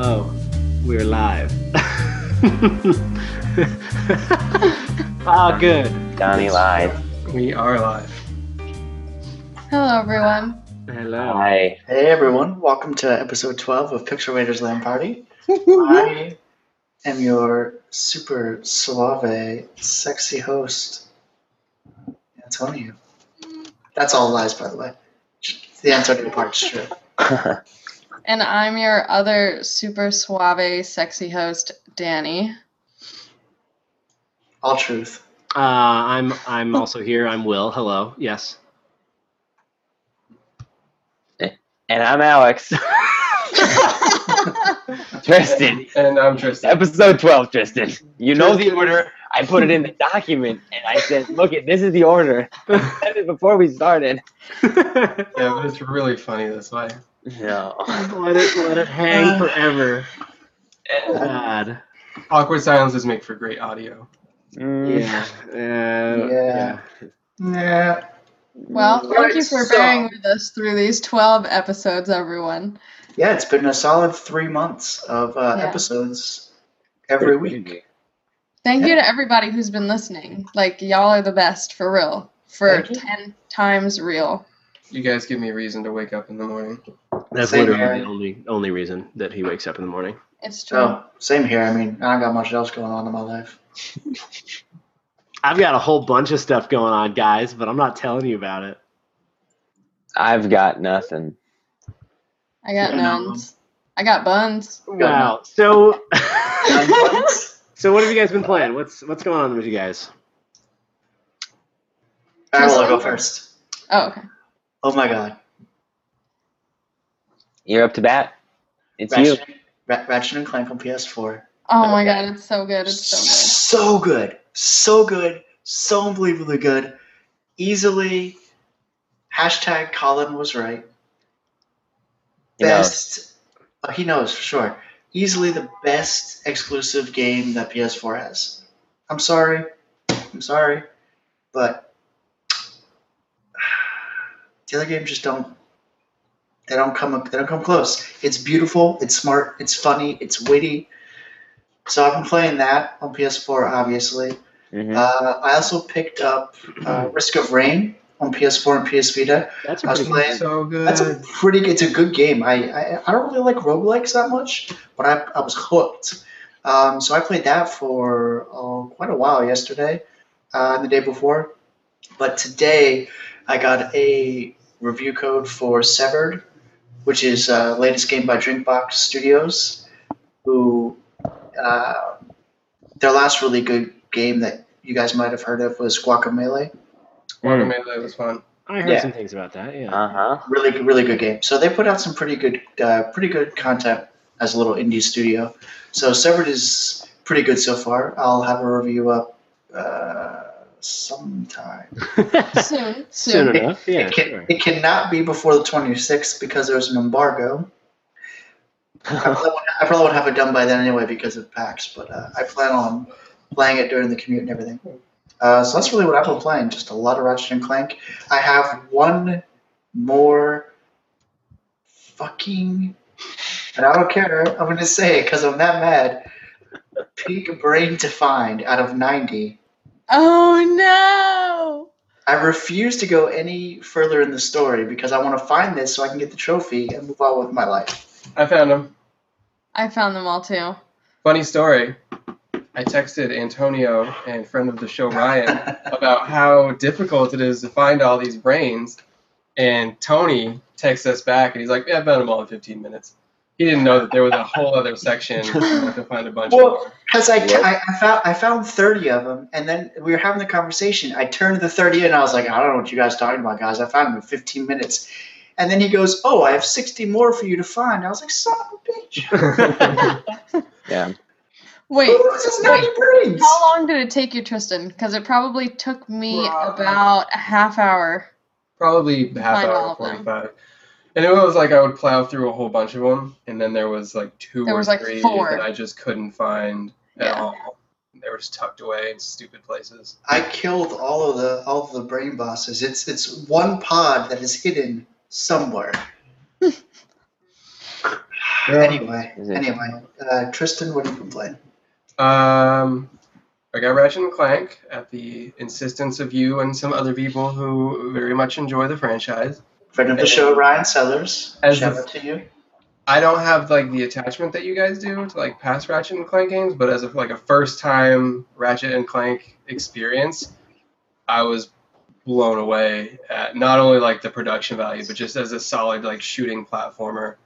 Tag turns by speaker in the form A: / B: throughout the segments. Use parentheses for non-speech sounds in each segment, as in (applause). A: Oh, We're live. (laughs) ah, good.
B: Donnie live.
A: We are live.
C: Hello, everyone.
A: Hello.
B: Hi.
D: Hey everyone, welcome to episode 12 of Picture Raiders
C: (laughs)
D: Land Party. I am your super suave, sexy host, Antonio. That's all lies, by the way. The Antonio part's true.
C: And I'm your other super suave, sexy host,
D: (laughs)
C: Danny.
D: All truth.
A: Uh, I'm I'm also here. I'm Will. Hello. Yes. (laughs)
B: and I'm Alex. Tristan.
E: And I'm Tristan.
B: Episode 12, Tristan. You know the order. I put it in the document and I said, look it, this is the order. (laughs) I said it before we started.
A: let
E: Yeah, but it's really funny this way.
B: No.
A: it let it hang forever. God.
E: Awkward silences make for great audio.
B: Mm.
A: Yeah. Uh, yeah.
D: Yeah.
C: Well, thank you
D: Right,
C: for
D: so-
C: bearing with us through these 12 episodes, everyone.
D: Yeah, it's been a solid three months of uh,
C: Yeah.
D: episodes every week.
C: Thank you to everybody who's been listening. Like, y'all are the best, for real. For
D: Thank you.
C: 10 times real.
E: You guys give me a reason to wake up in the morning.
A: That's
D: Same
A: literally
D: here.
A: the only only reason that he wakes up in the morning.
C: It's true.
D: So, same here. I mean, I don't got much else going on in
C: (laughs)
D: my life.
A: I've got a whole bunch of stuff going on, guys, but I'm not telling you about it.
B: I've got nothing.
C: I got
D: Yeah, no.
C: nuns. I got buns.
A: Wow. So (laughs)
D: But-
A: so what have you guys been playing? What's what's going on with you guys?
D: I will go first.
C: (laughs) Oh, okay.
D: Oh my god.
B: You're up to bat. It's you.
D: Ratchet, Ra- Ratchet and Clank on PS4.
C: Oh my god, it's so good. It's so
D: so good. So good. So unbelievably good. Easily. Hashtag Colin was right.
B: You know,
D: Best. oh, he knows for sure. Easily the best exclusive game that PS4 has. I'm sorry. I'm sorry. But (sighs) the other games just don't. They don't come up. They don't come close. It's beautiful. It's smart. It's funny. It's witty. So I've been playing that on PS4, obviously.
B: mhm.
D: Uh, I also picked up uh, Risk of Rain on PS4 and PS Vita.
A: That's a
D: I was
A: pretty
D: playing.
E: So good.
D: That's a pretty. It's a good game. I I, I don't really like roguelikes that much, but I, I was hooked. Um, so I played that for oh, quite a while yesterday, uh, and the day before. But today, I got a review code for Severed, which is uh, latest game by Drinkbox Studios, who uh, their last really good game that you guys might have heard of was Guacamelee.
E: Guacamole was fun.
A: I heard
B: Yeah.
A: some things about that. Yeah.
B: Uh-huh.
D: really really good game. So they put out some pretty good uh, pretty good content as a little indie studio. So Severed is pretty good so far. I'll have a review up uh, sometime.
A: (laughs)
D: (laughs)
C: good. Uh, Soon,
A: Soon
C: soon.
A: enough. Yeah.
D: it, can,
A: Sure.
D: it cannot be before the 26th because there's an embargo. I (laughs) probably, won't- I probably won't have it done by then anyway because of PAX, but uh, I plan on playing it during the commute and everything. Uh, so that's really what I've been playing, just a lot of Ratchet and Clank. I have one more fucking, and I don't care, I'm going to say it because I'm that mad. Peak Brain Defined out of 90.
C: Oh no!
D: I refuse to go any further in the story because I want to find this so I can get the trophy and move on with my life. (laughs)
E: I found him.
C: I found them all too.
E: Funny story. I texted Antonio and friend of the show
D: (laughs)
E: Ryan about how difficult it is to find all these brains, and Tony texts us back and he's like, "Yeah, I found them all in 15 minutes." He didn't know that there was a whole other
D: (laughs)
E: section to find a bunch
D: Well,
E: more.
D: Because I,
B: Yep.
D: I, I found I found thirty of them, and then we were having the conversation. I turned the thirty, in, and I was like, I don't know what you guys are talking about, guys. I found them in fifteen minutes, and then he goes, Oh, I have sixty more for you to find. I was like, Son of a bitch! (laughs)
B: Yeah.
C: Wait,
D: Who loses
C: wait.
D: ninety brains?
C: How long did it take you, Tristan? Because it probably took me
E: Wow.
C: about a half hour.
E: probably half
C: Find all
E: hour,
C: of them.
E: 45. And it was like I would plow through a whole bunch of them, and then there was like two
C: There
E: or
C: was, like,
E: three
C: four.
E: that I just couldn't find at
C: Yeah.
E: all. They were just tucked away in stupid places.
D: I killed all of the all of the brain bosses. It's it's (laughs) one pod that is hidden somewhere.
E: Yeah.
D: Anyway,
B: Is it-
D: anyway, uh, Tristan, what do you complain?
E: Um, I got Ratchet and Clank at the insistence of you and some other people who very much enjoy the franchise.
D: Friend of the show, Ryan Sellers.
E: As
D: Shout
E: the-
D: out to you.
E: I don't have like the attachment that you guys do to like past Ratchet and Clank games, but as a, like a first time Ratchet and Clank experience, I was blown away at not only like the production value, but just as a solid like shooting platformer.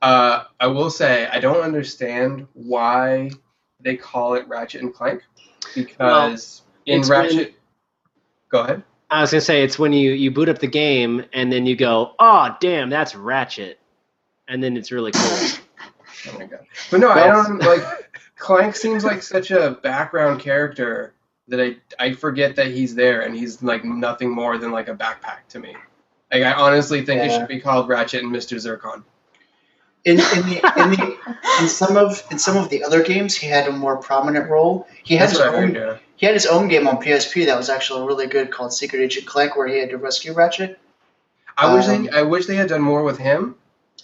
E: Uh, I will say I don't understand why they call it Ratchet and Clank because in
A: it's when-
E: Ratchet, go ahead.
A: I (laughs) was gonna say it's when you you boot up the game and then you go, oh damn, that's Ratchet, and then it's really cool.
E: Oh my god. But no, I
B: Well-
D: (laughs)
E: don't like Clank seems like such a background character that I I forget that he's there and he's like nothing more than like a backpack to me. Like I honestly think it
D: Yeah.
E: should be called Ratchet and Mr. Zircon.
D: In, in the in the in some of in some of the other games, he had a more prominent role. He had
E: That's
D: his
E: what I heard,
D: own
E: yeah.
D: he had his own game on PSP that was actually really good called Secret Agent Clank, where he had to rescue Ratchet.
E: I wish
D: Um,
E: they I wish they had done more with him.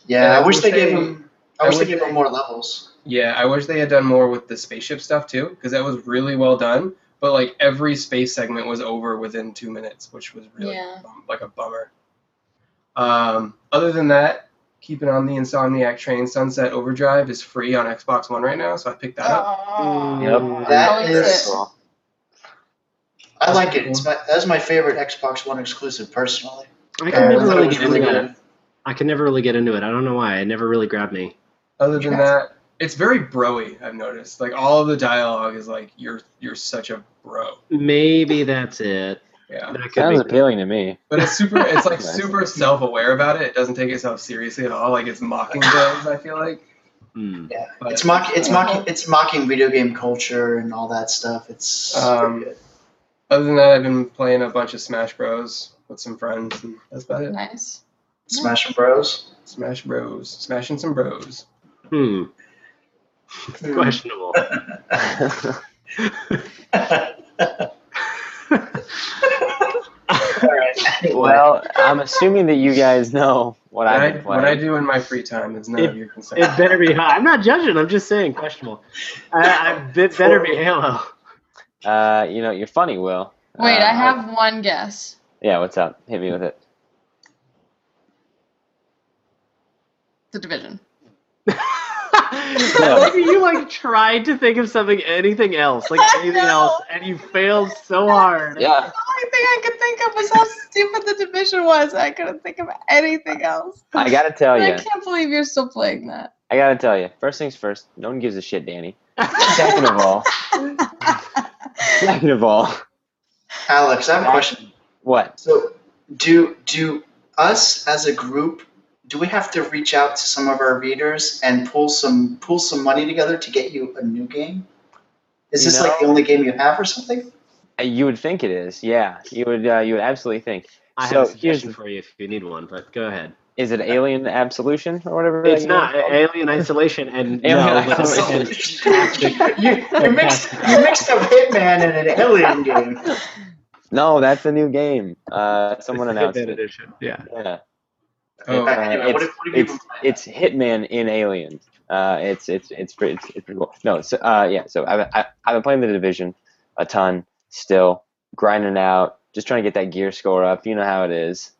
D: Yeah,
E: Yeah,
D: I wish
E: I
D: they
E: wish
D: gave
E: they-
D: him. I
E: I
D: wish they
E: wish
D: gave
E: they-
D: him more levels.
E: Yeah, I wish they had done more with the spaceship stuff too, because that was really well done. But like every space segment was over within two minutes, which was really
C: Yeah.
E: bum- like a bummer. Um, other than that, keeping on the Insomniac train, Sunset Overdrive is free on Xbox One right now, so I picked that up.
B: Yep.
C: How
D: That
C: is
D: is.
C: it?
D: I like it. It's my that's my favorite Xbox One exclusive personally.
A: I
D: Uh,
A: can never
D: thought it
A: really
D: was
A: get into
D: good.
A: it. I can never really get into it. I don't know why. It never really grabbed me.
E: Other than
D: Yeah.
E: that, it's very broy. I've noticed. Like all of the dialogue is like you're you're such a bro.
A: Maybe that's it.
E: Yeah,
A: That could
B: Sounds
A: be.
B: appealing to me.
E: but it's super. It's like
B: Nice.
E: super self aware about it. It doesn't take itself seriously at all. Like it's mocking bros. I feel like.
A: Mm.
E: But,
D: It's mock. It's
E: uh,
D: mocking. It's mocking video game culture and all that stuff. It's
E: Um,
D: pretty good.
E: Other than that, I've been playing a bunch of Smash Bros with some friends, and that's about it.
C: Nice.
D: Smash Bros.
E: Smash Bros, smashing some bros.
A: Hmm.
D: Hmm.
A: Questionable.
D: All right. Anyway.
B: well, I'm assuming that you guys know what
E: What I,
B: I've been
E: what I
B: playing.
E: do in my free time is none of your concern.
A: It better be high. I'm not judging. I'm just saying questionable. I, I it better be Halo.
B: Uh, you know, you're funny, Will.
C: Wait,
B: Uh,
C: I have one guess.
B: Yeah, what's up? Hit me with it.
C: The division.
A: I like that you like tried to think of something, anything else, (laughs) like
C: I
A: anything
C: know.
A: else, and you failed so hard.
B: (laughs) Yeah,
C: The only thing I could think of was how stupid the division was. I couldn't think of anything else.
B: I gotta tell
C: I
B: you.
C: can't believe you're still playing that.
B: (laughs) I gotta tell you. First things first. No one gives a shit, Danny. Second of (laughs) all. Second of all.
D: Alex, I have a question.
B: What?
D: So, do do us as a group do we have to reach out to some of our readers and pull some pull some money together to get you a new game? Is
B: You
D: this
B: know-
D: like the only game you have or something?
B: Uh, You would think it is. Yeah, you would. Uh, you would absolutely think.
A: I
B: So,
A: have a
B: here's
A: suggestion
B: the-
A: for you if you need one, but go ahead.
B: Is it Alien Absolution or whatever? that
A: It's
B: game
A: not
B: is called?
A: Alien Isolation and
B: Alien
A: no, but
D: (laughs)
A: it's-
B: Isolation.
A: it's-
D: you, you, mixed, you mixed up Hitman and an Alien game.
B: No, that's a new game. Uh, someone
A: it's
B: announced
A: Hitman
B: it.
A: Edition. Yeah.
B: Yeah.
E: oh,
D: Alright,
B: Uh,
D: anyway,
B: it's-
D: what have, what have you
B: it's-
D: been playing?
B: It's Hitman in Alien. Uh, it's it's it's pretty it's, it's pretty cool. No, so uh, yeah. So I've I, I've been playing the Division a ton still, grinding out, just trying to get that gear score up. You know how it is.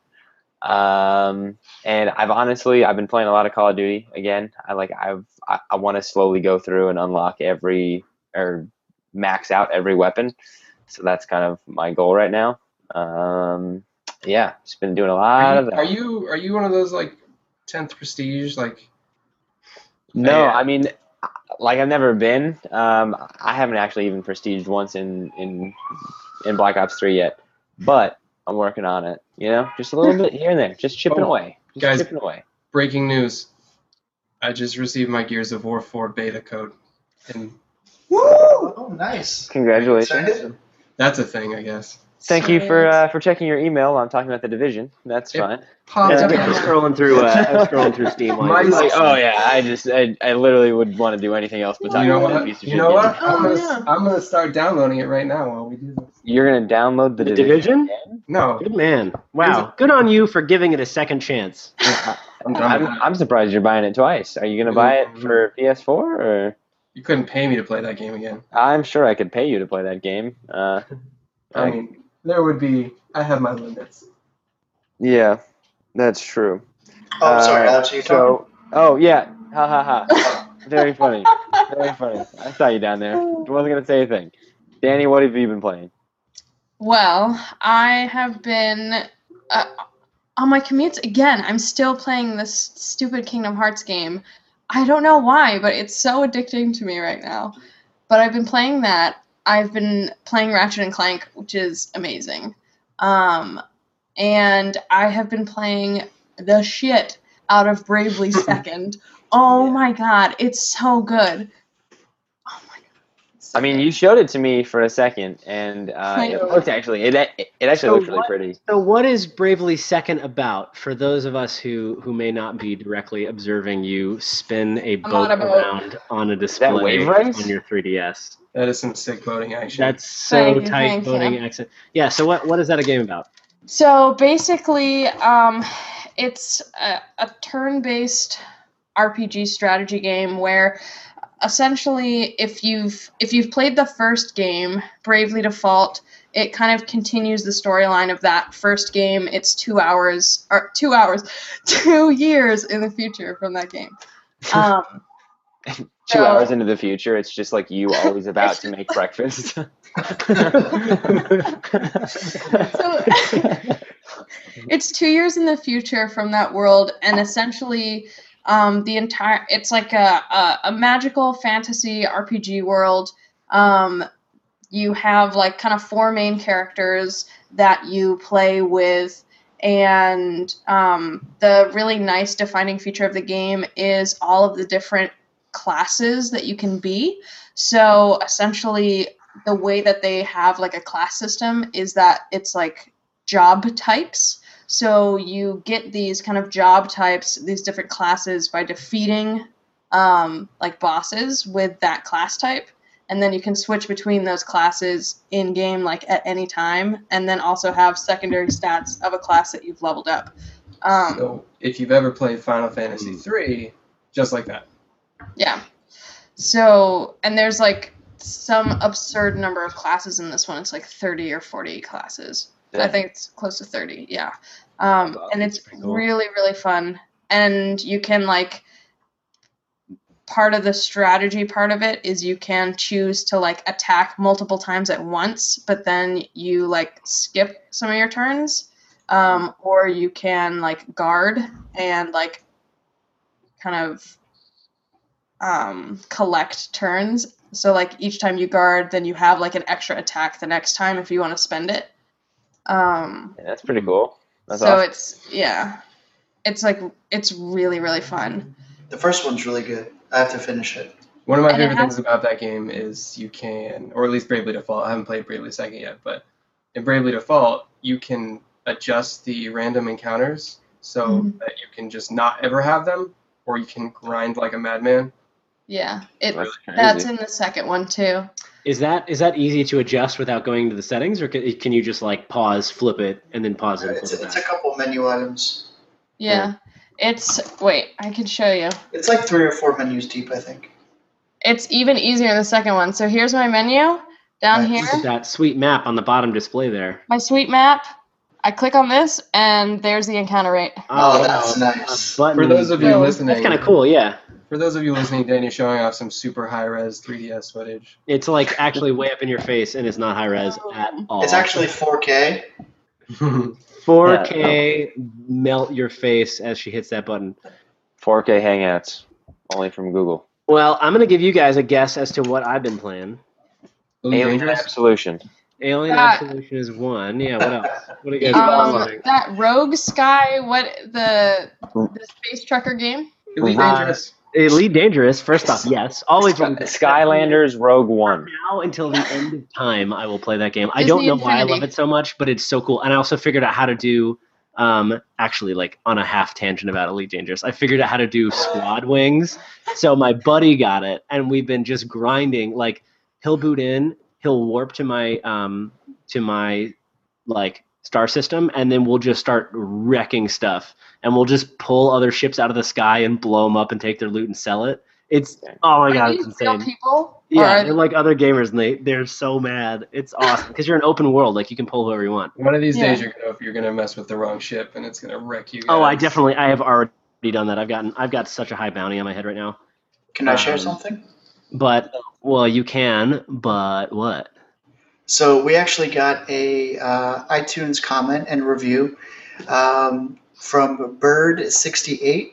B: Um, and I've honestly I've been playing a lot of Call of Duty again. I like I've I, I want to slowly go through and unlock every or max out every weapon. So that's kind of my goal right now. Um, yeah, just been doing a lot
E: are,
B: of
E: you,
B: that.
E: are you are you one of those like tenth prestige like?
B: No,
E: Yeah.
B: I mean, like I've never been. Um, I haven't actually even prestiged once in in in Black Ops Three yet, but I'm working on it. You know, just a little bit here and there, just chipping
E: Oh,
B: away, just
E: guys.
B: chipping away.
E: Breaking news! I just received my Gears of War four beta code, and
D: Oh, nice.
B: Congratulations!
D: Excited?
E: that's a thing, I guess.
B: Thank you for
C: (laughs)
B: uh, for checking your email. while I'm talking about the division. That's
E: Yep.
B: fine.
A: Yeah,
E: Popped
A: I'm
E: up.
A: just scrolling through. Uh, I'm scrolling through Steam. while
E: My-
A: you're
E: my-
A: talking.
B: oh yeah, I just I, I literally would want to do anything else but talk
E: You know
B: about that
E: what?
B: piece of
E: You
B: shit.
E: know
B: game.
E: what? I'm
C: Oh,
E: gonna
C: yeah.
E: I'm gonna start downloading it right now while we do this.
B: You're gonna download the,
A: oh, The
B: division.
A: Division?
B: again?
E: No,
A: Good man. Wow. Good on you for giving it a second chance.
B: I-
E: I'm done
B: (laughs) I'm,
E: with that.
B: I'm surprised you're buying it twice. Are you gonna buy
E: Mm-hmm.
B: it for PS4 or?
E: You couldn't pay me to play that game again.
B: I'm sure I could pay you to play that game. (laughs) Uh,
E: I mean, there would be. I have my limits.
B: yeah, that's true.
D: Oh, I'm sorry,
B: Uh,
D: Alex, are you talking?
B: So, oh yeah, ha ha
D: (laughs)
B: ha. Very funny, very funny. I saw you down there. Wasn't gonna say a thing. Danny, what have you been playing?
C: Well, I have been uh, on my commutes again. I'm still playing this stupid Kingdom Hearts game. I don't know why, but it's so addicting to me right now. But I've been playing that. I've been playing Ratchet and Clank, which is amazing. Um, and I have been playing the shit out of Bravely Second. Oh
B: Yeah.
C: my god, it's so good. Oh my god. it's so
B: I mean,
C: good.
B: you showed it to me for a second, and uh,
C: Kind
B: it
C: of.
B: looked actually it it actually
A: So
B: looked really
A: what-
C: (laughs)
B: pretty.
A: So, what is Bravely Second about for those of us who who may not be directly observing you spin a
C: I'm
A: boat
C: on a boat.
A: around on a display
B: wave race?
A: on your 3DS?
E: That is some sick boating action.
A: That's so
C: Thank you,
A: tight
C: thank
A: boating
C: you.
A: accent. Yeah. So, what what is that a game
E: (laughs)
A: about?
C: So basically, um, it's a, a turn based RPG strategy game where essentially if you've if you've played the first game, Bravely Default, it kind of continues the storyline of that first game. It's two hours or two hours, (laughs) two years in the future from that game. Um,
B: Two
C: So-
B: hours into the future, it's just like you
C: (laughs)
B: always about to make breakfast. (laughs)
C: so (laughs) it's two years in the future from that world and essentially um, the entire it's like a, a, a magical fantasy rpg world um, you have like kind of four main characters that you play with and um, the really nice defining feature of the game is all of the different classes that you can be so essentially the way that they have like a class system is that it's like job types. So you get these kind of job types, these different classes by defeating um, like bosses with that class type. And then you can switch between those classes in game like at any time, and then also have secondary stats of a class that you've leveled up. Um,
E: So if you've ever played Final Fantasy
A: Hmm.
E: three, just like that.
C: Yeah. So, and there's like some absurd number of classes in this one. It's like 30 or 40 classes. I
B: Yeah.
C: think it's close to 30. Yeah. Um,
B: Wow,
C: and it's
A: pretty cool.
C: really, really fun. And you can like, part of the strategy part of it is you can choose to like attack multiple times at once, but then you like skip some of your turns. Um, or you can like guard and like kind of um, collect turns. So like each time you guard, then you have like an extra attack the next time if you want to spend it. Um,
B: Yeah, that's pretty cool. That's
C: so
B: awesome.
C: it's yeah, it's like it's really really fun.
D: The first one's really good. I have to finish it.
E: One of my
C: And it
E: favorite
C: has-
E: things about that game is you can, or at least Bravely Default. I haven't played Bravely Second yet, but in Bravely Default, you can adjust the random encounters so
C: Mhm.
E: that you can just not ever have them, or you can grind like a madman.
C: Yeah, it
B: That's crazy.
C: that's in the second one too.
A: Is that is that easy to adjust without going to the settings, or can, can you just like pause, flip it, and then pause it? And
D: It's,
A: flip it
D: it's a
A: back?
D: couple menu items.
C: Yeah, it's wait, I can show you.
D: It's like three or four menus deep, I think.
C: It's even easier in the second one. So here's my menu down
D: Nice.
A: Look at
C: here,
A: that sweet map on the bottom display there.
C: my sweet map. I click on this, and there's the encounter rate.
D: Oh,
A: wow.
D: that's nice.
A: A button.
E: For those of you
C: Yeah.
E: listening,
A: that's kind of cool. Yeah,
E: For those of you listening, Danny's showing off some super high res 3DS
A: (laughs)
E: footage.
A: it's like actually way up in your face, and it's not high res
C: Oh.
A: at all.
D: It's actually 4K.
E: Wait,
A: 4K melt your face as she hits that button.
B: 4K Hangouts, only from Google.
A: Well, I'm gonna give you guys a guess as to what I've been playing.
B: Alien Absolution.
A: Alien
C: Ah.
A: Absolution is one. Yeah. What else? What are you guys
C: Um,
A: playing?
C: that Rogue Sky, what the
B: Oh.
C: the space trucker game?
E: Elite
A: Uh,
E: Dangerous.
A: Elite Dangerous. First off, yes. Always. (laughs) what we-
B: Skylanders Rogue
A: From
B: One.
A: now until the end of time, I will play that game. I
C: Disney
A: don't know why I
C: Infinity.
A: love it so much, but it's so cool. And I also figured out how to do, um, actually, like on a half tangent about Elite Dangerous, I figured out how to do squad wings. So my buddy got it, and we've been just grinding. Like he'll boot in, he'll warp to my um to my like star system, and then we'll just start wrecking stuff, and we'll just pull other ships out of the sky and blow them up and take their loot and sell it. It's oh my
C: Are
A: god,
C: these
A: it's
C: real
A: insane.
C: people? Or
A: Yeah,
C: are
A: they're like other gamers, and they they're so mad. It's awesome because you're an open world, like you can pull whoever you want.
E: One of these
C: Yeah.
E: days, you're gonna you're gonna mess with the wrong ship, and it's gonna wreck you.
A: Oh, I
E: guys.
A: definitely, I have already done that. I've gotten, I've got such a high bounty on my head right now.
D: Can I share
A: Um,
D: something?
A: But well, you can, but what? (laughs)
D: So we actually got a uh, iTunes comment and review um, from Bird68.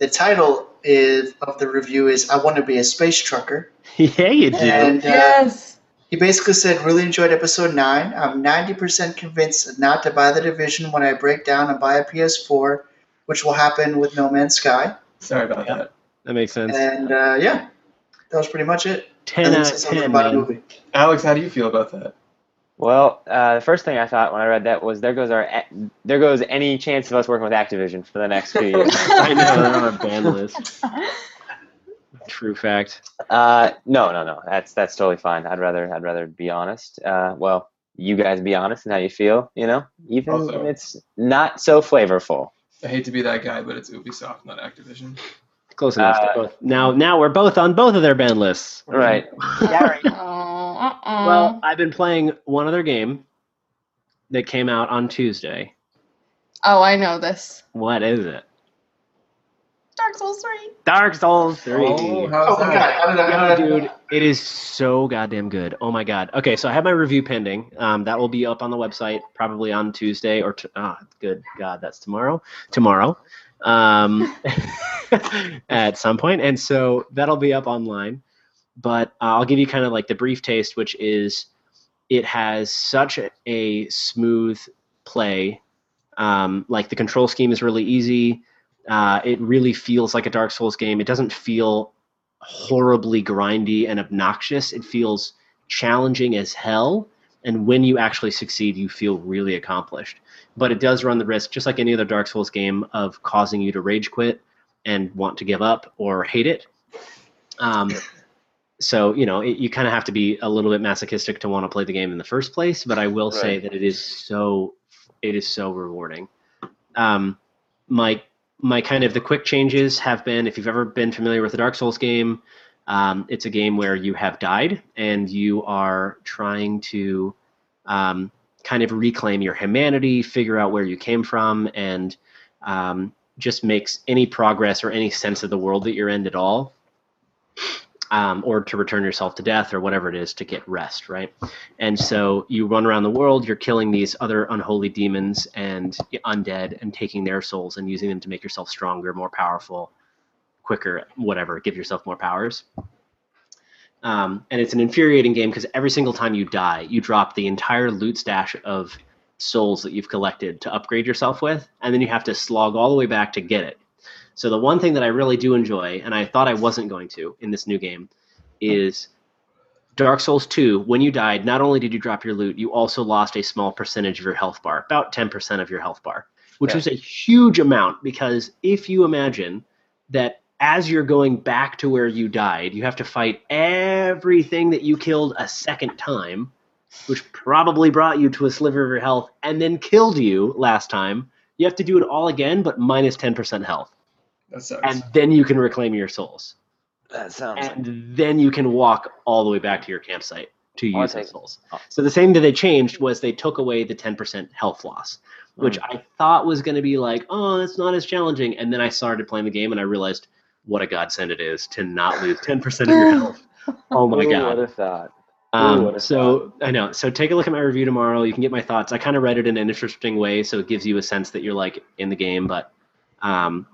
D: The title is, of the review is "I Want to Be a Space Trucker,"
A: yeah, you do.
D: and uh,
C: yes.
D: he basically said, "Really enjoyed episode nine. I'm 90% convinced not to buy the division when I break down and buy a PS4, which will happen with No Man's Sky."
E: Sorry about
A: Yeah.
E: that.
A: that makes sense.
D: And uh, yeah, that was pretty much it.
A: ten
D: And then
A: out
D: said
A: of
D: something
A: ten,
D: about a
A: uh, (laughs) man.
D: movie.
E: Alex, how do you feel about that?
B: Well, uh, the first thing I thought when I read that was there goes our a- there goes any chance of us working with Activision for the next few years.
A: (laughs)
B: (laughs)
A: I know they're on a ban list. True fact.
B: Uh, no, no, no. That's that's totally fine. I'd rather I'd rather be honest. Uh, well, you guys be honest in how you feel. You know, even
E: Also-
B: when it's not so flavorful.
E: I hate to be that guy, but it's Ubisoft, not Activision.
A: Close enough.
B: Uh,
A: They're both, now, now we're both on both of their ban lists.
B: Right.
C: Oh, uh-uh.
A: Well, I've been playing one other game that came out on Tuesday.
C: oh, I know this.
A: What is it?
C: Dark Souls 3.
A: Dark Souls Three.
E: Oh, how's
D: Oh my god!
E: that?
D: How did I? How
A: Yeah,
D: did I (laughs)
A: dude, it is so goddamn good. Oh my god. Okay, so I have my review pending. Um, that will be up on the website probably on Tuesday or t- ah, good god, that's tomorrow. Tomorrow, um, (laughs) at some point, and so that'll be up online. But I'll give you kind of like the brief taste, which is it has such a smooth play. Um, like the control scheme is really easy. Uh, it really feels like a Dark Souls game. It doesn't feel horribly grindy and obnoxious. It feels challenging as hell. And when you actually succeed, you feel really accomplished. But it does run the risk, just like any other Dark Souls game, of causing you to rage quit and want to give up or hate it. Um, so, you know, it, you kind of have to be a little bit masochistic to want to play the game in the first place. But I will say
B: Right.
A: that it is so, it is so rewarding. Um, my my kind of the quick changes have been if you've ever been familiar with the Dark Souls game, um, it's a game where you have died and you are trying to um, kind of reclaim your humanity, figure out where you came from, and um, just makes any progress or any sense of the world that you're in at all. Um, or to return yourself to death or whatever it is to get rest, right? And so you run around the world, you're killing these other unholy demons and undead and taking their souls and using them to make yourself stronger, more powerful, quicker, whatever, give yourself more powers. Um, and it's an infuriating game because every single time you die, you drop the entire loot stash of souls that you've collected to upgrade yourself with, and then you have to slog all the way back to get it. So the one thing that I really do enjoy, and I thought I wasn't going to in this new game, is Dark Souls 2, when you died, not only did you drop your loot, you also lost a small percentage of your health bar, about 10% of your health bar, which
B: Okay.
A: was a huge amount because if you imagine that as you're going back to where you died, you have to fight everything that you killed a second time, which probably brought you to a sliver of your health and then killed you last time. You have to do it all again, but minus 10% health.
E: That sucks.
A: And then you can reclaim your souls
B: That sounds.
A: and then you can walk all the way back to your campsite to
B: I'll
A: use
B: take
A: those
B: it.
A: souls. So the thing that they changed was they took away the 10% health loss, which I thought was going to be like, oh, that's not as challenging. And then I started playing the game and I realized what a godsend it is to not lose 10% of your health. Oh my
B: Who
A: god.
B: would have thought? Ooh, what
A: Um,
B: a
A: so I know. So take a look at my review tomorrow. You can get my thoughts. I kind of read it in an interesting way, so it gives you a sense that you're like in the game. But um,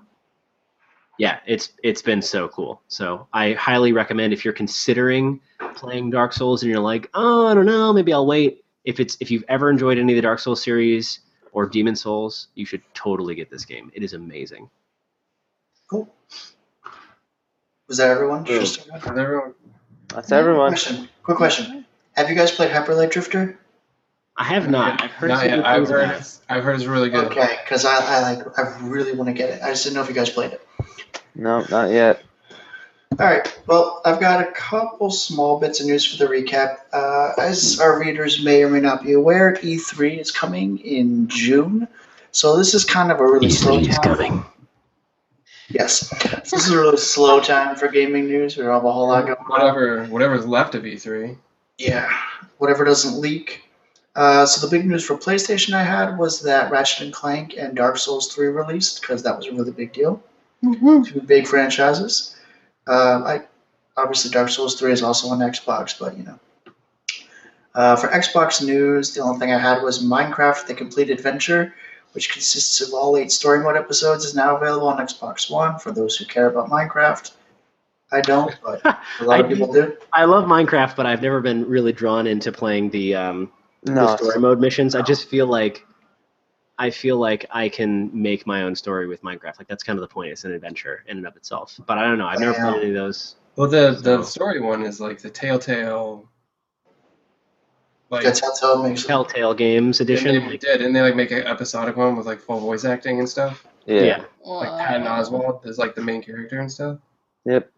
A: yeah, it's it's been so cool. So I highly recommend if you're considering playing Dark Souls and you're like, oh, I don't know, maybe I'll wait. If it's if you've ever enjoyed any of the Dark Souls series or Demon Souls, you should totally get this game. It is amazing.
D: Cool. Was that everyone?
B: Boom.
D: Just everyone?
E: Is everyone-
B: That's everyone. (laughs)
D: Question. Quick question. Have you guys played Hyperlight Drifter?
A: I have not. I've heard
E: Not
A: some
E: yet.
A: good
E: I've
A: things
E: heard
A: about it.
E: it's, I've heard it's really good.
D: Okay, because I, I like I really want to get it. I just didn't know if you guys played it.
B: No, not yet.
D: All right. Well, I've got a couple small bits of news for the recap. Uh, as our readers may or may not be aware, E3 is coming in June. So this is kind of a really slow
A: E3 E is
D: time.
A: coming.
D: Yes. So this is a really slow time for gaming news. We don't have a whole lot going on.
E: Whatever, whatever's left of E E3.
D: Yeah, whatever doesn't leak. Uh, so the big news for PlayStation I had was that Ratchet and Clank and Dark Souls 3 released because that was a really big deal.
C: Mm-hmm.
D: Two big franchises. Uh, I obviously Dark Souls 3 is also on Xbox, but you know. Uh, for Xbox news, the only thing I had was Minecraft: The Complete Adventure, which consists of all eight story mode episodes, is now available on Xbox One for those who care about Minecraft. I don't, but a lot of
A: I-
D: people do.
A: I love Minecraft, but I've never been really drawn into playing the um,
B: No,
A: the story mode missions. I just feel like I feel like I can make my own story with Minecraft. Like that's kind of the point. It's an adventure in and of itself. But I don't know. I've never
D: Yeah.
A: played any of those.
E: Well, the
A: So-
E: the story one is like the Telltale. Like
D: That's how Telltale makes it.
A: Telltale Games
E: and they
A: edition. Like,
E: did, and they like make an episodic one with like full voice acting and stuff.
B: yeah.
A: yeah.
E: Like Patton Oswald is like the main character and stuff.
B: Yep.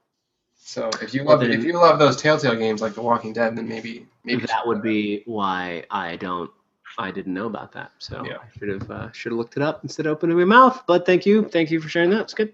E: So if you
A: Well,
E: love
A: then-
E: if you love those Telltale games like The Walking Dead, then maybe maybe
A: that would be why I don't. I didn't know about that, so
E: Yeah.
A: I should have uh, should have looked it up instead of opening my mouth. But thank you, thank you for sharing that. It's good.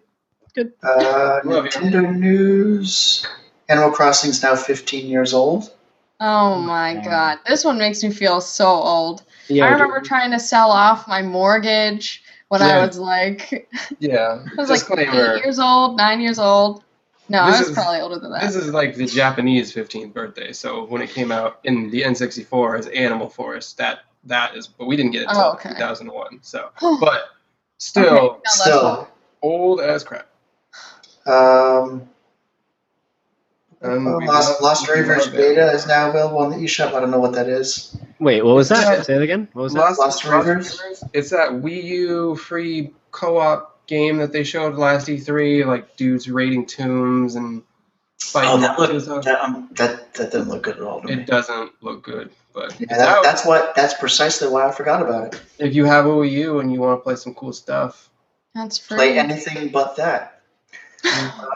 D: Uh,
E: Love you.
D: Nintendo news. Animal Crossing is now 15 years old.
C: Oh my god, this one makes me feel so old.
A: Yeah,
C: I remember trying to sell off my mortgage when I
E: Yeah.
C: was like, (laughs) I
E: yeah.
C: was like
E: Disclaimer:
C: eight years old, nine years old. No,
E: This
C: I was
E: is-
C: probably older than that. (sighs)
E: This is like the Japanese 15th birthday. So when it came out in the N64 as Animal Forest, that that is, but we didn't get it until
C: Oh, okay.
E: 2001. So,
C: Oh,
E: but still
C: Okay. No, that's
D: Still.
E: old as crap.
D: Um,
E: Um,
D: uh,
E: we
D: Lost,
E: love-
D: Lost
E: we
D: Rivers
E: love it.
D: beta is now available on the eShop. I don't know what that is.
A: Wait, what was that?
E: Yeah.
A: Say that again. What was that?
E: Lost,
D: Lost Rivers?
E: It's that Wii U free co-op game that they showed last E3, like dudes raiding tombs and fighting.
D: Oh, that
E: monsters.
D: looked that, um, that that didn't look good at all to me.
E: it doesn't look good, but
D: Yeah,
E: it's
D: that,
E: out.
D: that's what. That's precisely why I forgot about it.
E: if you have a Wii U and you want to play some cool stuff,
C: That's free.
D: Play anything but that.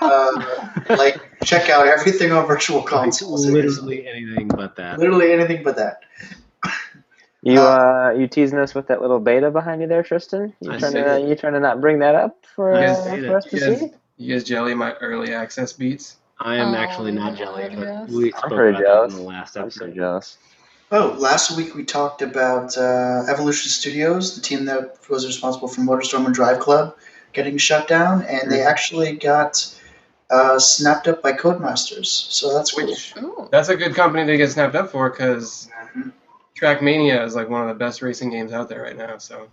D: Uh, like check out everything on Virtual
A: It's
D: Console.
A: literally anything but that.
D: literally anything but that.
B: You uh, you teasing us with that little beta behind you there, Tristan? You
A: I
B: trying
E: see
B: to
E: it.
B: you trying to not bring that up for,
A: Yes,
B: uh,
A: it
B: for us to
E: you guys,
B: see?
E: you guys jelly my early access beats.
A: I am
C: Oh,
A: actually not jelly,
C: yes.
A: but we
B: I'm
A: spoke
B: pretty
A: about that
B: jealous.
A: in the last
B: I'm so
A: episode.
B: jealous.
D: Oh, last week we talked about uh, Evolution Studios, the team that was responsible for Motorstorm and Drive Club, getting shut down, and they actually got uh, snapped up by Codemasters. So that's cool.
E: Which
C: (laughs) Ooh.
E: that's a good company to get snapped up for because
D: Mhm.
E: Trackmania is like one of the best racing games out there right now. So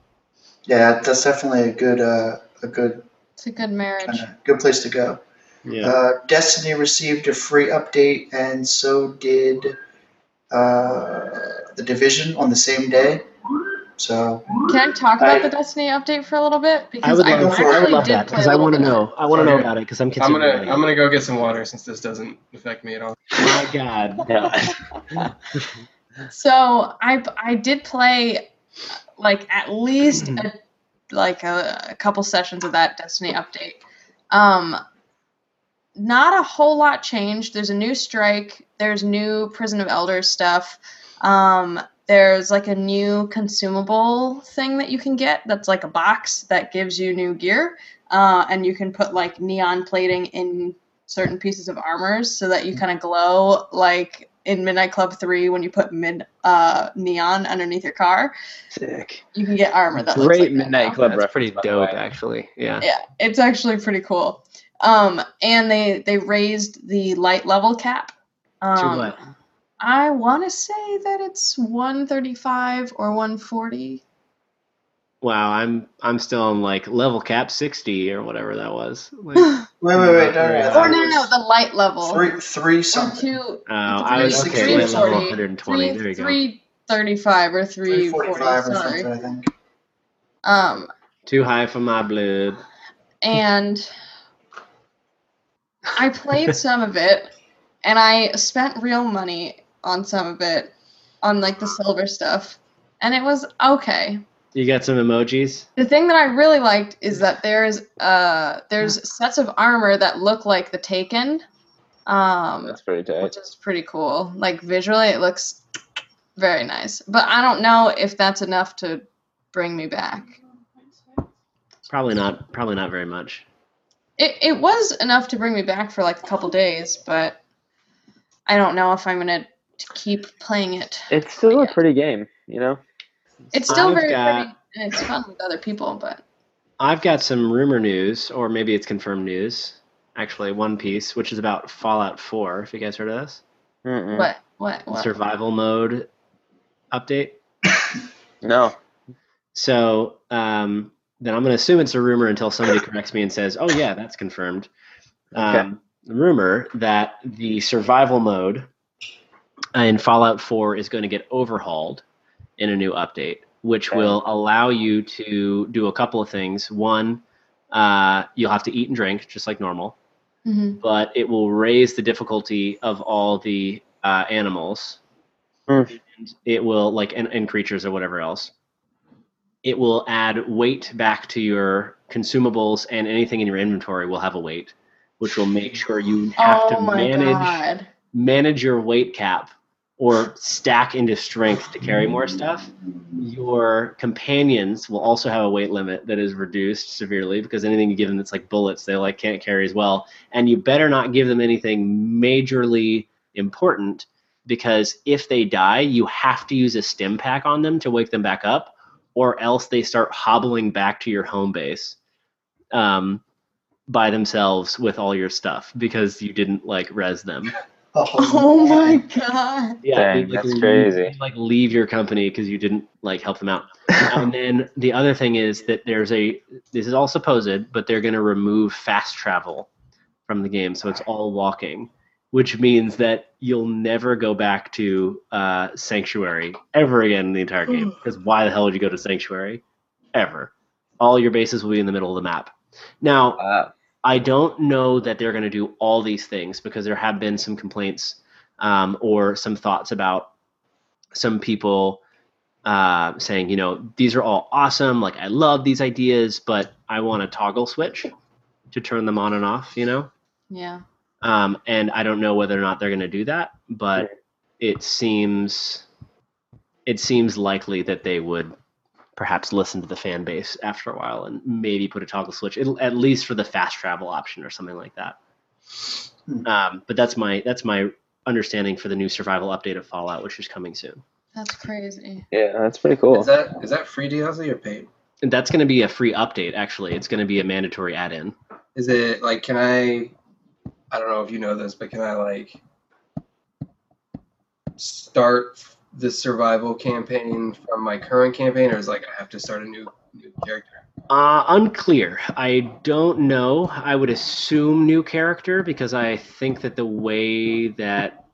D: Yeah, that's definitely a good uh, a good
C: It's a good marriage.
D: kinda good place to go.
A: Yeah.
D: Uh, Destiny received a free update, and so did uh, the Division on the same day. So
C: Can I talk about
D: I-
C: the Destiny update for a little bit?
A: I would
C: Uh, I
A: love,
D: for it.
A: I would
C: actually
A: love
C: did
A: that
C: play
A: because
C: a
A: I
C: little
A: want to
C: bit.
A: know. I want to know
E: Okay.
A: about it because I'm
E: I'm gonna
A: considering. it.
E: I'm gonna go get some water since this doesn't affect me at all.
A: My God.
B: Yeah.
C: So I I did play like at least a, like a, a couple sessions of that Destiny update. Um, not a whole lot changed. There's a new strike. There's new Prison of Elders stuff. Um, there's like a new consumable thing that you can get. That's like a box that gives you new gear, uh, and you can put like neon plating in certain pieces of armors so that you
A: Mm.
C: kind of glow like in Midnight Club 3 when you put mid uh, neon underneath your car.
A: Sick.
C: You can get armor that looks
A: Great
C: like that
A: Midnight
C: now.
A: Club
B: That's
A: That's pretty
B: by the
A: dope,
B: way.
A: actually. Yeah.
C: Yeah, it's actually pretty cool. Um, and they they raised the light level cap. Um,
A: to what?
C: I want to say that it's 135 or 140.
A: Wow, I'm I'm still on like level cap 60 or whatever that was.
C: (sighs)
A: Like, uh,
C: or
D: wait, wait, wait, no, no,
C: Oh,
D: no, I
C: no,
D: thought it
C: no,
D: was
C: no, the light level.
D: three three
C: or
D: something.
C: two.
A: I was
D: Three-
A: okay. Wait, level
D: 340,
A: 120. there you go.
C: 335 or 340.
D: 345 or
C: sorry.
D: something, I think.
C: Um,
A: Too high for my blood.
C: and I played some of it, and I spent real money on some of it, on like the silver stuff, and it was okay.
A: You got some emojis?
C: The thing that I really liked is that there's uh there's sets of armor that look like the Taken, um,
B: That's pretty tight.
C: which is pretty cool. Like visually, it looks very nice. But I don't know if that's enough to bring me back.
A: Probably not. Probably not very much.
C: It it was enough to bring me back for like a couple days, but I don't know if I'm gonna t- keep playing it.
B: It's still a pretty game, you know.
C: It's still
A: I've
C: very
A: got-
C: pretty and it's fun with other people, but
A: I've got some rumor news, or maybe it's confirmed news. Actually, one piece, which is about Fallout 4. If you guys heard of this Mm.
B: Mm-mm.
C: what what what?
A: survival mode update.
B: No.
A: So um, then I'm going to assume it's a rumor until somebody corrects me and says, "Oh yeah, that's confirmed." Um, Rumor that the survival mode in Fallout 4 is going to get overhauled in a new update, which
B: Okay.
A: will allow you to do a couple of things. One, uh, you'll have to eat and drink just like normal,
C: Mhm.
A: but it will raise the difficulty of all the uh, animals
B: Hmm.
A: and it will like and, and creatures or whatever else it will add weight back to your consumables and anything in your inventory will have a weight which will make sure you have
C: Oh
A: to
C: my
A: manage
C: god!
A: manage your weight cap or stack into strength to carry more stuff your companions will also have a weight limit that is reduced severely because anything you give them that's like bullets they like can't carry as well and you better not give them anything majorly important because if they die you have to use a stim pack on them to wake them back up or else they start hobbling back to your home base um, by themselves with all your stuff because you didn't like res them
C: (laughs)
D: (laughs)
A: (laughs)
C: Oh my god!
A: yeah,
B: Dang,
A: you'd, like,
B: that's
A: leave-
B: crazy.
A: you'd, like leave your company because you didn't like help
B: (laughs)
A: them out. and then the other thing is that there's a this is all supposed, but they're going to remove fast travel from the game, so it's all walking, which means that you'll never go back to uh, sanctuary ever again in the entire game. Because why the hell would you go to sanctuary ever? All your bases will be in the middle of the map. Now,
B: Wow.
A: I don't know that they're going to do all these things because there have been some complaints um, or some thoughts about some people uh, saying, you know, these are all awesome. Like, I love these ideas, but I want a toggle switch to turn them on and off, you know?
C: Yeah.
A: Um, and I don't know whether or not they're going to do that, but it seems it seems likely that they would perhaps listen to the fan base after a while and maybe put a toggle switch it'll, at least for the fast travel option or something like that.
D: Hmm.
A: Um, but that's my that's my understanding for the new survival update of Fallout, which is coming soon.
C: That's crazy.
B: Yeah, that's pretty cool.
E: Is that is that free DLC or paid?
A: And that's going to be a free update. Actually, it's going to be a mandatory add-in.
E: Is it like can I? I don't know if you know this, but can I like start the survival campaign from my current campaign, or is like I have to start a new new character?
A: Uh, unclear. I don't know. I would assume new character because I think that the way that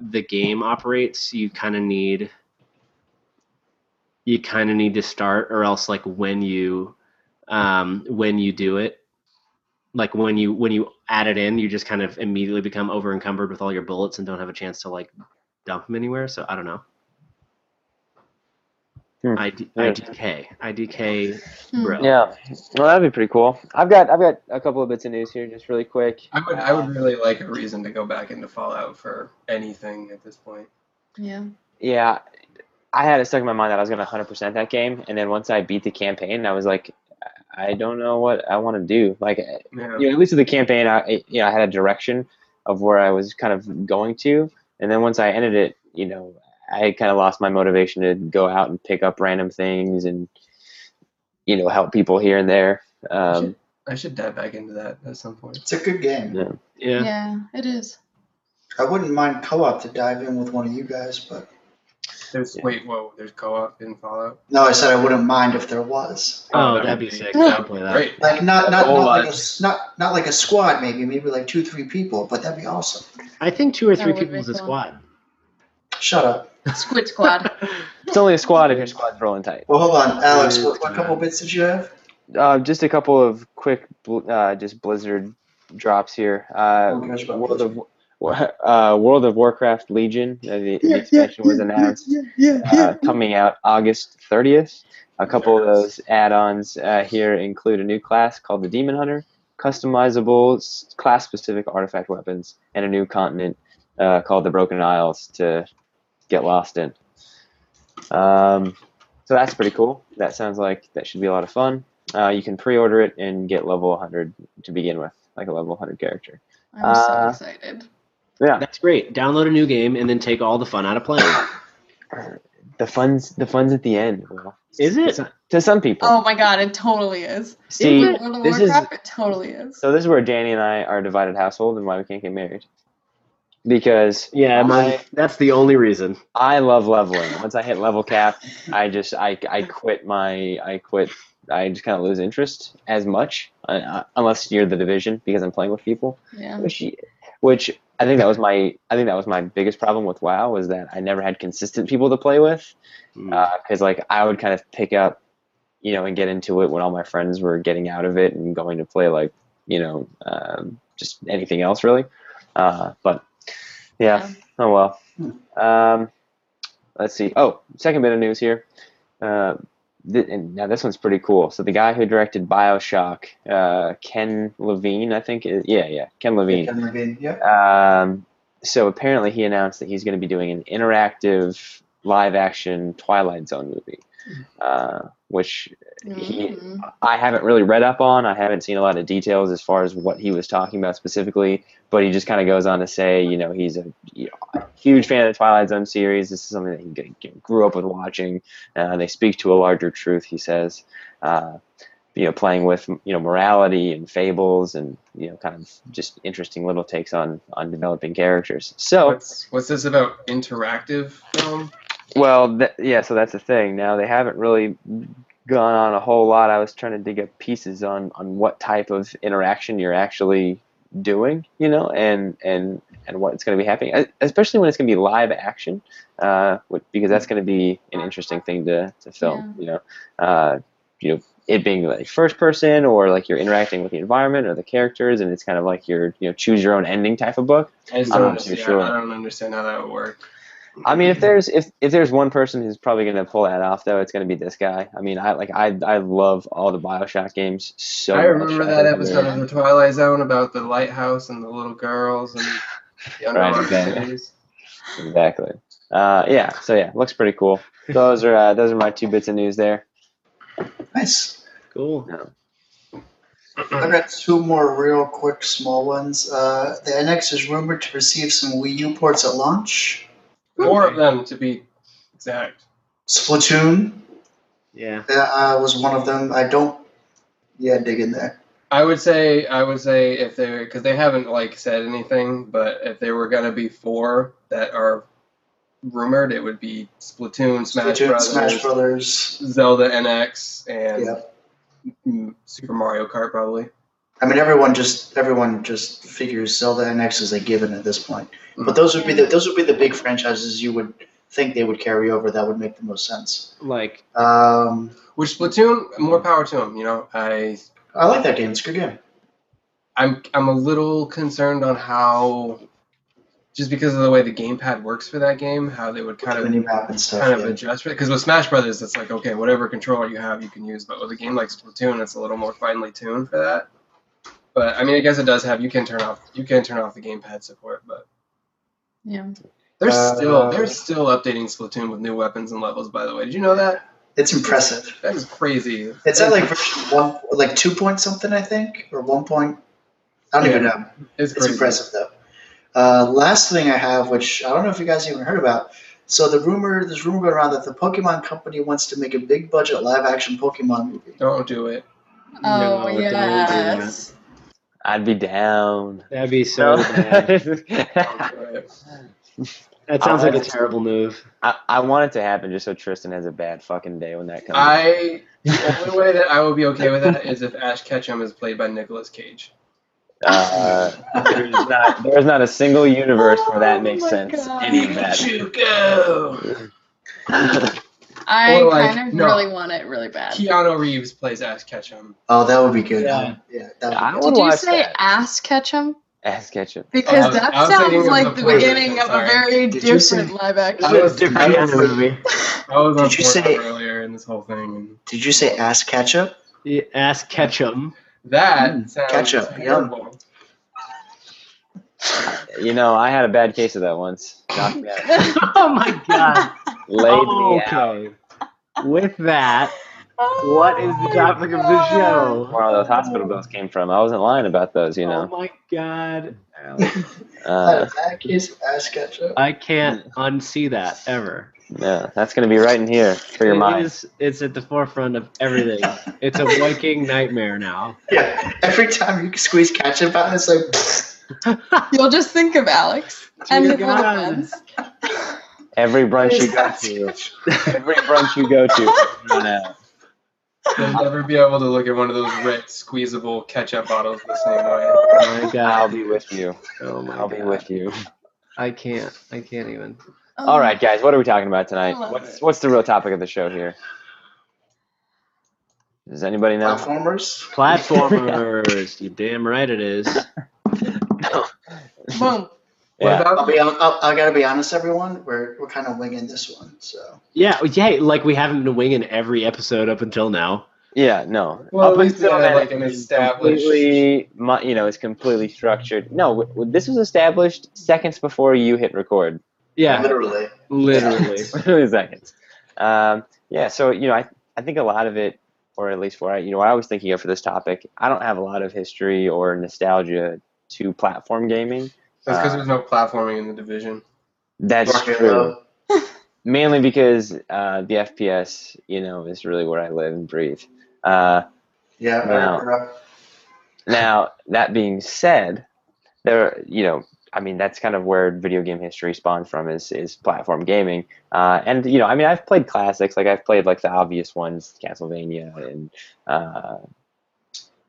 A: the game operates, you kind of need you kind of need to start, or else like when you um, when you do it, like when you when you add it in, you just kind of immediately become over encumbered with all your bullets and don't have a chance to like dump them anywhere. So I don't know.
B: Hmm.
A: ID,
B: Yeah.
A: IDK IDK
C: Hmm.
A: bro.
B: Yeah. Well, that'd be pretty cool. I've got I've got a couple of bits of news here, just really quick.
E: I would I would really like a reason to go back into Fallout for anything at this point.
C: Yeah.
B: Yeah, I had it stuck in my mind that I was gonna 100% that game, and then once I beat the campaign, I was like, I I don't know what I want to do. Like,
E: Yeah.
B: you know, at least with the campaign, I I- you know I had a direction of where I was kind of going to, and then once I ended it, you know, I kind of lost my motivation to go out and pick up random things and you know help people here and there. Um,
E: I should dive back into that at some point.
D: It's a good game.
A: Yeah.
C: Yeah. It is.
D: I wouldn't mind co-op to dive in with one of you guys, but
E: There's
B: Yeah.
E: wait, whoa, there's co-op in Fallout.
D: no, I said I wouldn't mind if there was.
A: Oh, that'd be sick.
C: Yeah.
A: I'll play that.
E: Great.
D: Like not not,
E: Oh,
D: not like a,
E: uh,
D: s- not not like a squad, maybe maybe like two three people, but that'd be awesome.
A: I think two or
C: That
A: three
C: would
A: people
C: be
A: is a
C: cool. (laughs)
A: squad.
D: Shut up.
C: Squid Squad.
B: it's only a squad if your squad's rolling tight.
D: Well, hold on, Alex.
A: Yeah,
D: What, what
A: yeah.
D: couple bits did you have?
B: Uh, just a couple of quick, bl- uh, just Blizzard drops here. Uh,
D: Oh, gosh, about
B: World of (laughs) uh, World of Warcraft Legion, uh, the, the expansion was announced, uh, coming out August 30th. A couple of those add-ons uh, here include a new class called the Demon Hunter, customizable, class specific artifact weapons, and a new continent uh, called the Broken Isles to get lost in. Um, so that's pretty cool. That sounds like that should be a lot of fun. Uh, you can pre order it and get level 100 to begin with, like a level 100 character.
C: I'm
B: Uh,
C: so excited.
A: (laughs)
B: Yeah.
A: That's great. Download a new game and then take all the fun out of playing.
B: The fun's the fun's at the end. Will.
A: (laughs) Is it?
B: To, to some people.
C: Oh my god, it totally is.
B: See,
A: is it?
C: World of
B: this is-
C: Warcraft, it totally is.
B: so this is where Danny and I are a divided household and why we can't get married. Because
A: Yeah, mine-
B: I-
A: that's the only reason.
B: I love leveling. Once I hit level cap, I just I, I quit my I quit. I just kind of lose interest as much I, I, unless you're the division because I'm playing with people.
C: yeah.
B: Which, which I think that was my I think that was my biggest problem with WoW was that I never had consistent people to play with
A: Hmm. Mm-hmm. Uh,
B: because Uh, like I would kind of pick up, you know, and get into it when all my friends were getting out of it and going to play like you know um, just anything else really. Uh, but yeah, oh well. Um, let's see. Oh, second bit of news here. Uh, th- and now this one's pretty cool. So the guy who directed Bioshock, uh, Ken Levine, I think. Is, yeah, yeah, Ken Levine.
D: Ken Levine, yeah.
B: Um, so apparently he announced that he's going to be doing an interactive live action Twilight Zone movie, uh, which he-
C: Mhm.
B: I haven't really read up on. I haven't seen a lot of details as far as what he was talking about specifically, but he just kind of goes on to say, you know, he's a, you know, a huge fan of the Twilight Zone series. This is something that he g- g- grew up with watching. Uh, they speak to a larger truth, he says. Uh, you know, playing with you know morality and fables, and you know, kind of just interesting little takes on on developing characters. So,
E: What's, what's this about interactive film?
B: well, th- yeah, so that's the thing. Now they haven't really gone on a whole lot. I was trying to dig up pieces on on what type of interaction you're actually doing, you know, and and and what's going to be happening, e- especially when it's going to be live action, uh, wh- because that's going to be an interesting thing to to film, you know, uh, you know. It being like first person, or like you're interacting with the environment or the characters, and it's kind of like your you know choose your own ending type of book.
E: I just
B: I'm
E: don't
B: not too
E: understand.
B: sure.
E: I don't understand how that would work.
B: I mean, if there's if, if there's one person who's probably going to pull that off, though, it's going to be this guy. I mean, I like I I love all the Bioshock games so.
E: I
B: much.
E: remember that
B: think
E: episode
B: they're-
E: of The Twilight Zone about the lighthouse and the little girls and the underwater
B: exactly.
E: cities.
B: Exactly. Uh, yeah. So yeah, looks pretty
E: (laughs)
B: cool. Those are uh, those are my two bits of news there.
D: Nice.
A: Cool.
D: I got two more real quick small ones. Uh, the NX is rumored to receive some Wii U ports at launch.
E: Four of them to be exact.
D: Splatoon
A: Yeah.
D: uh, was one of them. I don't. Yeah, dig in there.
E: I would say I would say if they because they haven't like said anything, but if there were gonna be four that are rumored, it would be Splatoon, Smash
D: Splatoon,
E: Brothers,
D: Smash Brothers.
E: Zelda NX, and
D: Yeah.
E: mm, Super Mario Kart probably.
D: I mean, everyone just everyone just figures Zelda NX is a given at this point.
E: Mm-hmm.
D: But those would be the those would be the big franchises you would think they would carry over. That would make the most sense.
A: Like
D: Um,
E: Which Splatoon, more power to them. You know, I
D: I like that game. It's a good game.
E: I'm I'm a little concerned on how just because of the way the gamepad works for that game, how they would kind
D: Kind
E: of
D: of mini map and stuff.
E: kind of
D: yeah.
E: adjust for it. Because with Smash Brothers, it's like okay, whatever controller you have, you can use. But with a game like Splatoon, it's a little more finely tuned for that. But I mean, I guess it does have you can turn off you can turn off the gamepad support, but
C: Yeah.
E: they're
D: Uh,
E: still they're still updating Splatoon with new weapons and levels. By the way, did you know that?
D: It's impressive.
E: That is crazy.
D: It's at like version one, like two point something, I think, or one point. I don't even
E: Yeah.
D: know.
E: It's
D: It's
E: crazy.
D: impressive though. Uh, last thing I have, which I don't know if you guys even heard about. So the rumor, there's rumor going around that the Pokemon company wants to make a big budget live action Pokemon movie.
E: (laughs) Don't do it.
A: No,
C: Oh
A: don't do that.
C: yes.
B: I'd be down.
A: that'd be so bad.
E: Don't do it.
D: (laughs)
A: That sounds (laughs) like a
B: Honest.
A: terrible move.
B: (laughs) I, I want it to happen just so Tristan has a bad fucking day when that comes.
E: I the only way that I would be okay with that is if Ash Ketchum is played by Nicolas Cage.
B: Uh, there's not there's not a single universe where that makes
C: Oh my
B: sense.
C: God.
B: Any of that.
E: go.
C: I
E: Or, like,
C: kind of
E: no.
C: really want it really bad.
E: Keanu Reeves plays Ash Ketchum.
D: Oh, that would be good.
A: Yeah.
D: Yeah, yeah that would be
B: I
D: good.
B: would
C: Did you
B: watch
C: say
B: that.
C: ass Ketchum?
B: (laughs) Ass ketchup.
C: Because
E: Oh, I was-
C: that
E: I was
C: sounds
E: thinking of
C: like
E: the
C: the
E: porn
C: beginning
E: version,
C: of a
E: sorry.
C: very
D: Did you say-
C: different live action.
E: I was, I
A: Different
E: was,
A: kind of movie.
E: I was on
D: Did you
E: Pornhub
D: say-
E: earlier in this whole thing.
B: (laughs)
D: Did you say ass ketchup?
C: (laughs)
A: Yeah, Ass Ketchum.
E: That
D: Mm,
E: sounds
D: ketchup, yum.
E: terrible.
B: You know, I had a bad case of that once. Knocked me out.
A: oh my god.
B: Laid me out.
A: okay. With that, what is the topic of the (laughs)
C: God.
E: Oh.
A: show?
B: Where all those hospital bills came from. I wasn't lying about those, you know.
A: Oh my god.
E: Oh.
B: Uh,
D: that case of
A: (laughs)
D: ass ketchup.
A: I can't
B: Mm.
A: unsee that ever.
B: yeah, that's going to be right in here for your
A: It
B: mind.
A: is- it's at the forefront of
B: (laughs)
A: everything. It's a waking nightmare now. (laughs)
D: Yeah. Every time you squeeze ketchup out, it's like.
C: You'll just think of Alex (laughs) and
A: Dear
C: the little
A: God.
C: (laughs)
E: (laughs)
C: ones.
B: Every brunch you go
D: ass
B: to,
D: ketchup.
B: every brunch you go
E: (laughs)
B: to,
A: Oh
B: run out.
E: You'll never be able to look at one of those red squeezable ketchup bottles the same way.
A: Oh
C: Um,
A: my
B: I'll
A: god.
B: be with you.
A: Oh my
B: I'll be
A: God.
B: with you.
A: I can't. I can't even.
C: Oh.
B: All right, guys, what are we talking about tonight?
C: I love
B: What's
E: it.
B: what's the real topic of the show here? Does anybody know?
D: Platformers.
A: Platformers. you damn right it is.
C: Boom.
B: Yeah.
E: What
D: I'll
E: about
D: be. I'll, I'll- I gotta be honest, everyone. We're we're kind of winging this one. So
A: Yeah, yeah, like we haven't been winging every episode up until now.
B: Yeah, no.
E: well,
B: Up
E: at least they
B: until
E: had
B: then,
E: like an
B: it was
E: established.
B: completely, mu- you know, it's completely structured. No, w- w- this was established seconds before you hit record.
A: Yeah,
D: literally.
A: literally.
B: (laughs) Literally seconds. Um, yeah, so you know, I I think a lot of it, or at least where I, you know, what I was thinking of for this topic, I don't have a lot of history or nostalgia to platform gaming.
E: That's
D: uh,
E: because there's no platforming in the division.
B: That's
D: Or
B: true.
D: Halo.
B: mainly because uh, the FPS, you know, is really where I live and breathe. Uh,
D: Yeah. I
B: Wow.
D: remember.
B: now, that being said, there, you know, I mean, that's kind of where video game history spawned from is is platform gaming. Uh, and you know, I mean, I've played classics, like I've played like the obvious ones, Castlevania and uh,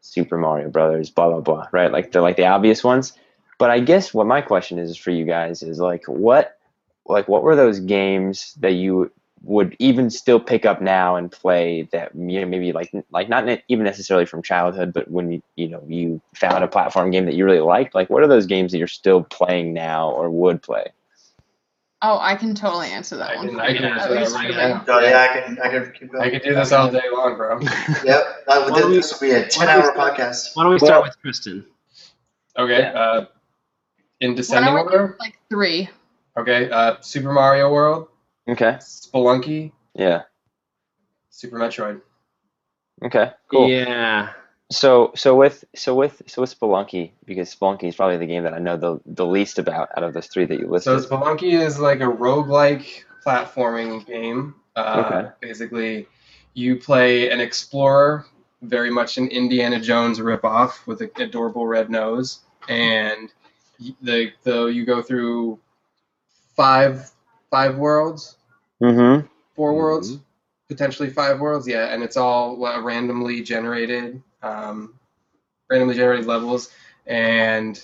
B: Super Mario Brothers, blah blah blah, right? Like the like the obvious ones. But I guess what my question is for you guys is like, what, like, what were those games that you would even still pick up now and play that you know maybe like like not ne- even necessarily from childhood but when you you know you found a platform game that you really liked like what are those games that you're still playing now or would play
C: Oh, I can totally answer that
E: I
C: one.
E: can, I can answer that right now.
D: Oh yeah, I can. I can keep going.
E: I could do this all day long, bro.
D: Yep. That
A: Why
D: would,
A: don't we-
D: this will be a
A: why don't we
D: ten-hour podcast.
A: Why don't we
B: Well-
A: start with Kristen?
E: Okay.
B: Yeah.
E: Uh, in descending
C: Why don't we-
E: order.
C: Like three.
E: Okay. Uh, Super Mario World,
B: okay
E: Spelunky,
B: yeah
E: Super Metroid.
B: okay cool
A: Yeah.
B: so so with so with so with Spelunky because Spelunky is probably the game that I know the the least about out of those three that you
E: So
B: listed
E: Spelunky is like a roguelike platforming game. Uh,
B: Okay.
E: Basically, you play an explorer, very much an Indiana Jones ripoff with an adorable red nose, and y- the though you go through five five worlds,
B: mm-hmm
E: 4 worlds,
B: Mhm.
E: potentially five worlds, yeah, and it's all uh, randomly generated, um, randomly generated levels, and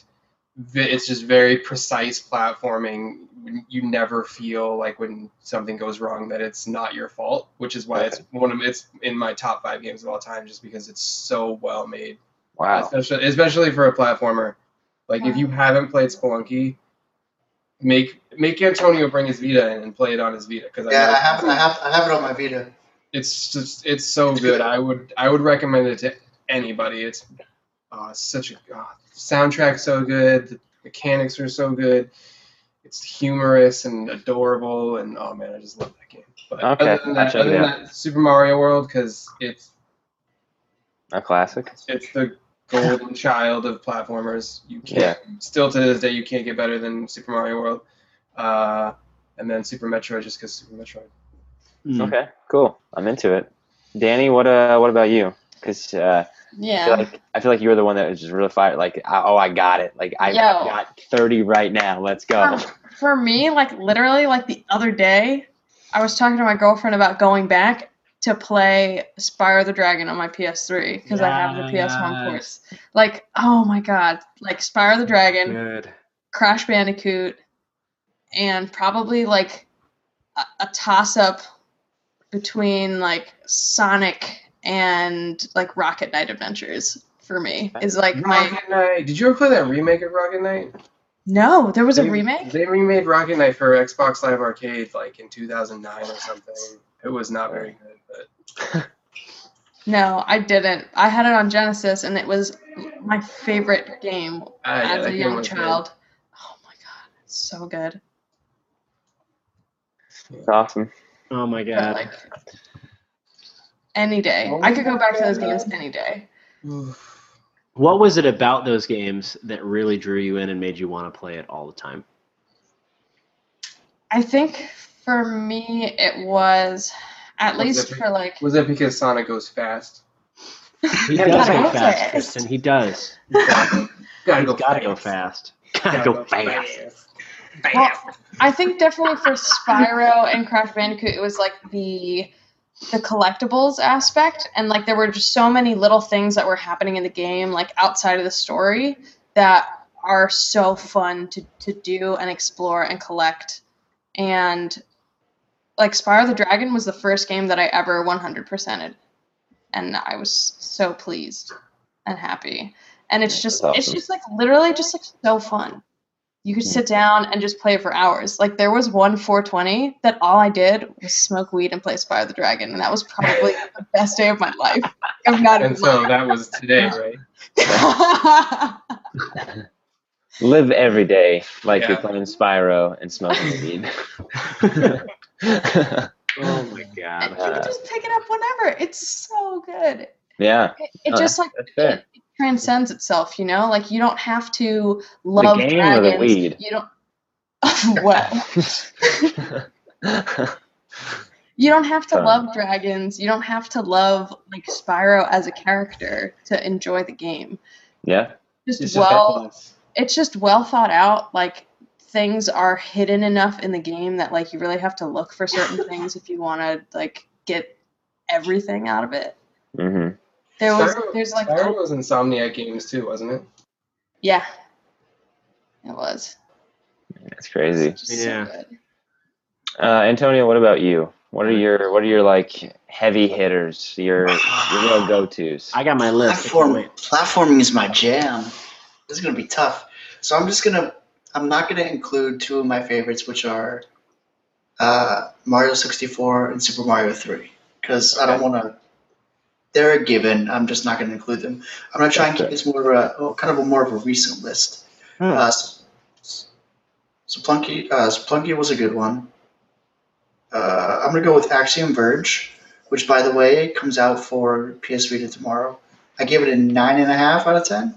E: ve- it's just very precise platforming. You never feel like when something goes wrong that it's not your fault, which is why it's one of it's in my top five games of all time, just because it's so well made,
B: wow
E: especially especially for a platformer. Like if you haven't played Spelunky, make make Antonio bring his Vita in and play it on his Vita because
D: Yeah, I have. I have. I have it on my Vita.
E: it's just it's so good. I would I would recommend it to anybody. It's uh, such a uh, soundtrack so good. The mechanics are so good. It's humorous and adorable, and oh man, I just love that game. But
B: Okay,
E: other than
B: I'll
E: that,
B: check it
E: other than
B: out.
E: that Super Mario World because it's
B: a classic
E: it's the
B: (laughs)
E: golden child of platformers. You can't
B: Yeah.
E: still to this day you can't get better than Super Mario World. Uh, and then Super Metroid just because Super Metroid.
A: Mm.
B: okay cool I'm into it Danny what uh what about you because uh I feel
C: Yeah.
B: like I feel like you were the one that was just really fired. Like, I- oh, I got it. Like, I
C: Yo.
B: I've got thirty right now. Let's go.
C: For, for me, like literally, like the other day, I was talking to my girlfriend about going back to play Spyro the Dragon on my PS3 because I have the PS1 ports. Like, oh my god, like Spyro the Dragon,
A: Good.
C: Crash Bandicoot, and probably like a, a toss up between like Sonic and like Rocket Knight Adventures for me is like my
E: Rocket Knight. Did you ever play that remake of Rocket Knight?
C: no. There was a
E: They-
C: remake.
E: They remade Rocket Knight for Xbox Live Arcade like in 2009 or something. It was not very good, but
C: No, I didn't. I had it on Genesis, and it was my favorite game
E: Ah, yeah,
C: as
E: that
C: a
E: game
C: young
E: was good.
C: child. Oh my god, it's so good.
B: It's awesome.
A: Oh my
C: But,
A: god.
C: like any day, I could go back to those games any day.
E: Oof.
A: What was it about those games that really drew you in and made you want to play it all the time?
C: I think for me, it was at
E: Was
C: least
E: it-
C: for like
E: Was it because Sonic goes fast?
A: He
C: Yeah,
A: does
C: gotta
A: go
C: go
A: fast,
C: fast.
A: Kristen. He does.
E: gotta
A: He's gotta go fast. Gotta go fast.
C: Well, I think definitely for Spyro and Crash Bandicoot, it was like the the collectibles aspect, and like there were just so many little things that were happening in the game, like outside of the story, that are so fun to to do and explore and collect, and like Spyro the Dragon was the first game that I ever 100%ed, and I was so pleased and happy, and it's
B: That's
C: just it's
B: awesome.
C: just like literally just like so fun you could
B: Hmm.
C: sit down and just play for hours. Like there was one 420 that all I did was smoke weed and play Spyro the Dragon, and that
B: (laughs)
C: was probably the best day of my life. I'm not even
E: And so that
C: (laughs)
E: was today, right?
B: (laughs)
C: lying. (laughs)
B: Live every day like you're
E: Yeah.
B: playing Spyro and smoking the weed. (laughs)
A: Oh my god.
C: And you
B: Uh,
C: could just pick it up whenever. It's so good.
B: yeah,
C: It, it
B: Oh,
C: just like
B: that's fair.
C: transcends itself, you know. Like you don't have to love
B: game or the
C: dragons.
B: weed?
C: You don't. (laughs) what? You don't have to
B: Um,
C: love dragons. You don't have to love like Spyro as a character to enjoy the game.
B: (laughs) yeah,
C: Just
E: It's just
C: well
E: effortless.
C: it's just well thought out like things are hidden enough in the game that like you really have to look for certain things if you want to like get everything out of it
B: hmm
C: there was
E: Spyro-
C: there's like
E: Spyro was Insomniac Games too, wasn't it?
C: yeah it was
B: that's crazy.
C: Just so
A: Yeah.
C: good.
B: Uh, Antonio, what about you? What are your what are your like heavy hitters? Your your real go tos?
A: I got my list. I can't
D: Platform,
A: wait.
D: platforming is my jam. This is gonna be tough. So I'm just gonna I'm not gonna include two of my favorites, which are uh, Mario 64 and Super Mario 3, because I don't want to. They're a given. I'm just not gonna include them. I'm gonna try and keep this more of a kind of a more of a recent list. Uh, S- S- Splunky, uh, Splunky was a good one. Uh, I'm gonna go with Axiom Verge, which, by the way, comes out for PS Vita tomorrow. I gave it a nine and a half out of ten.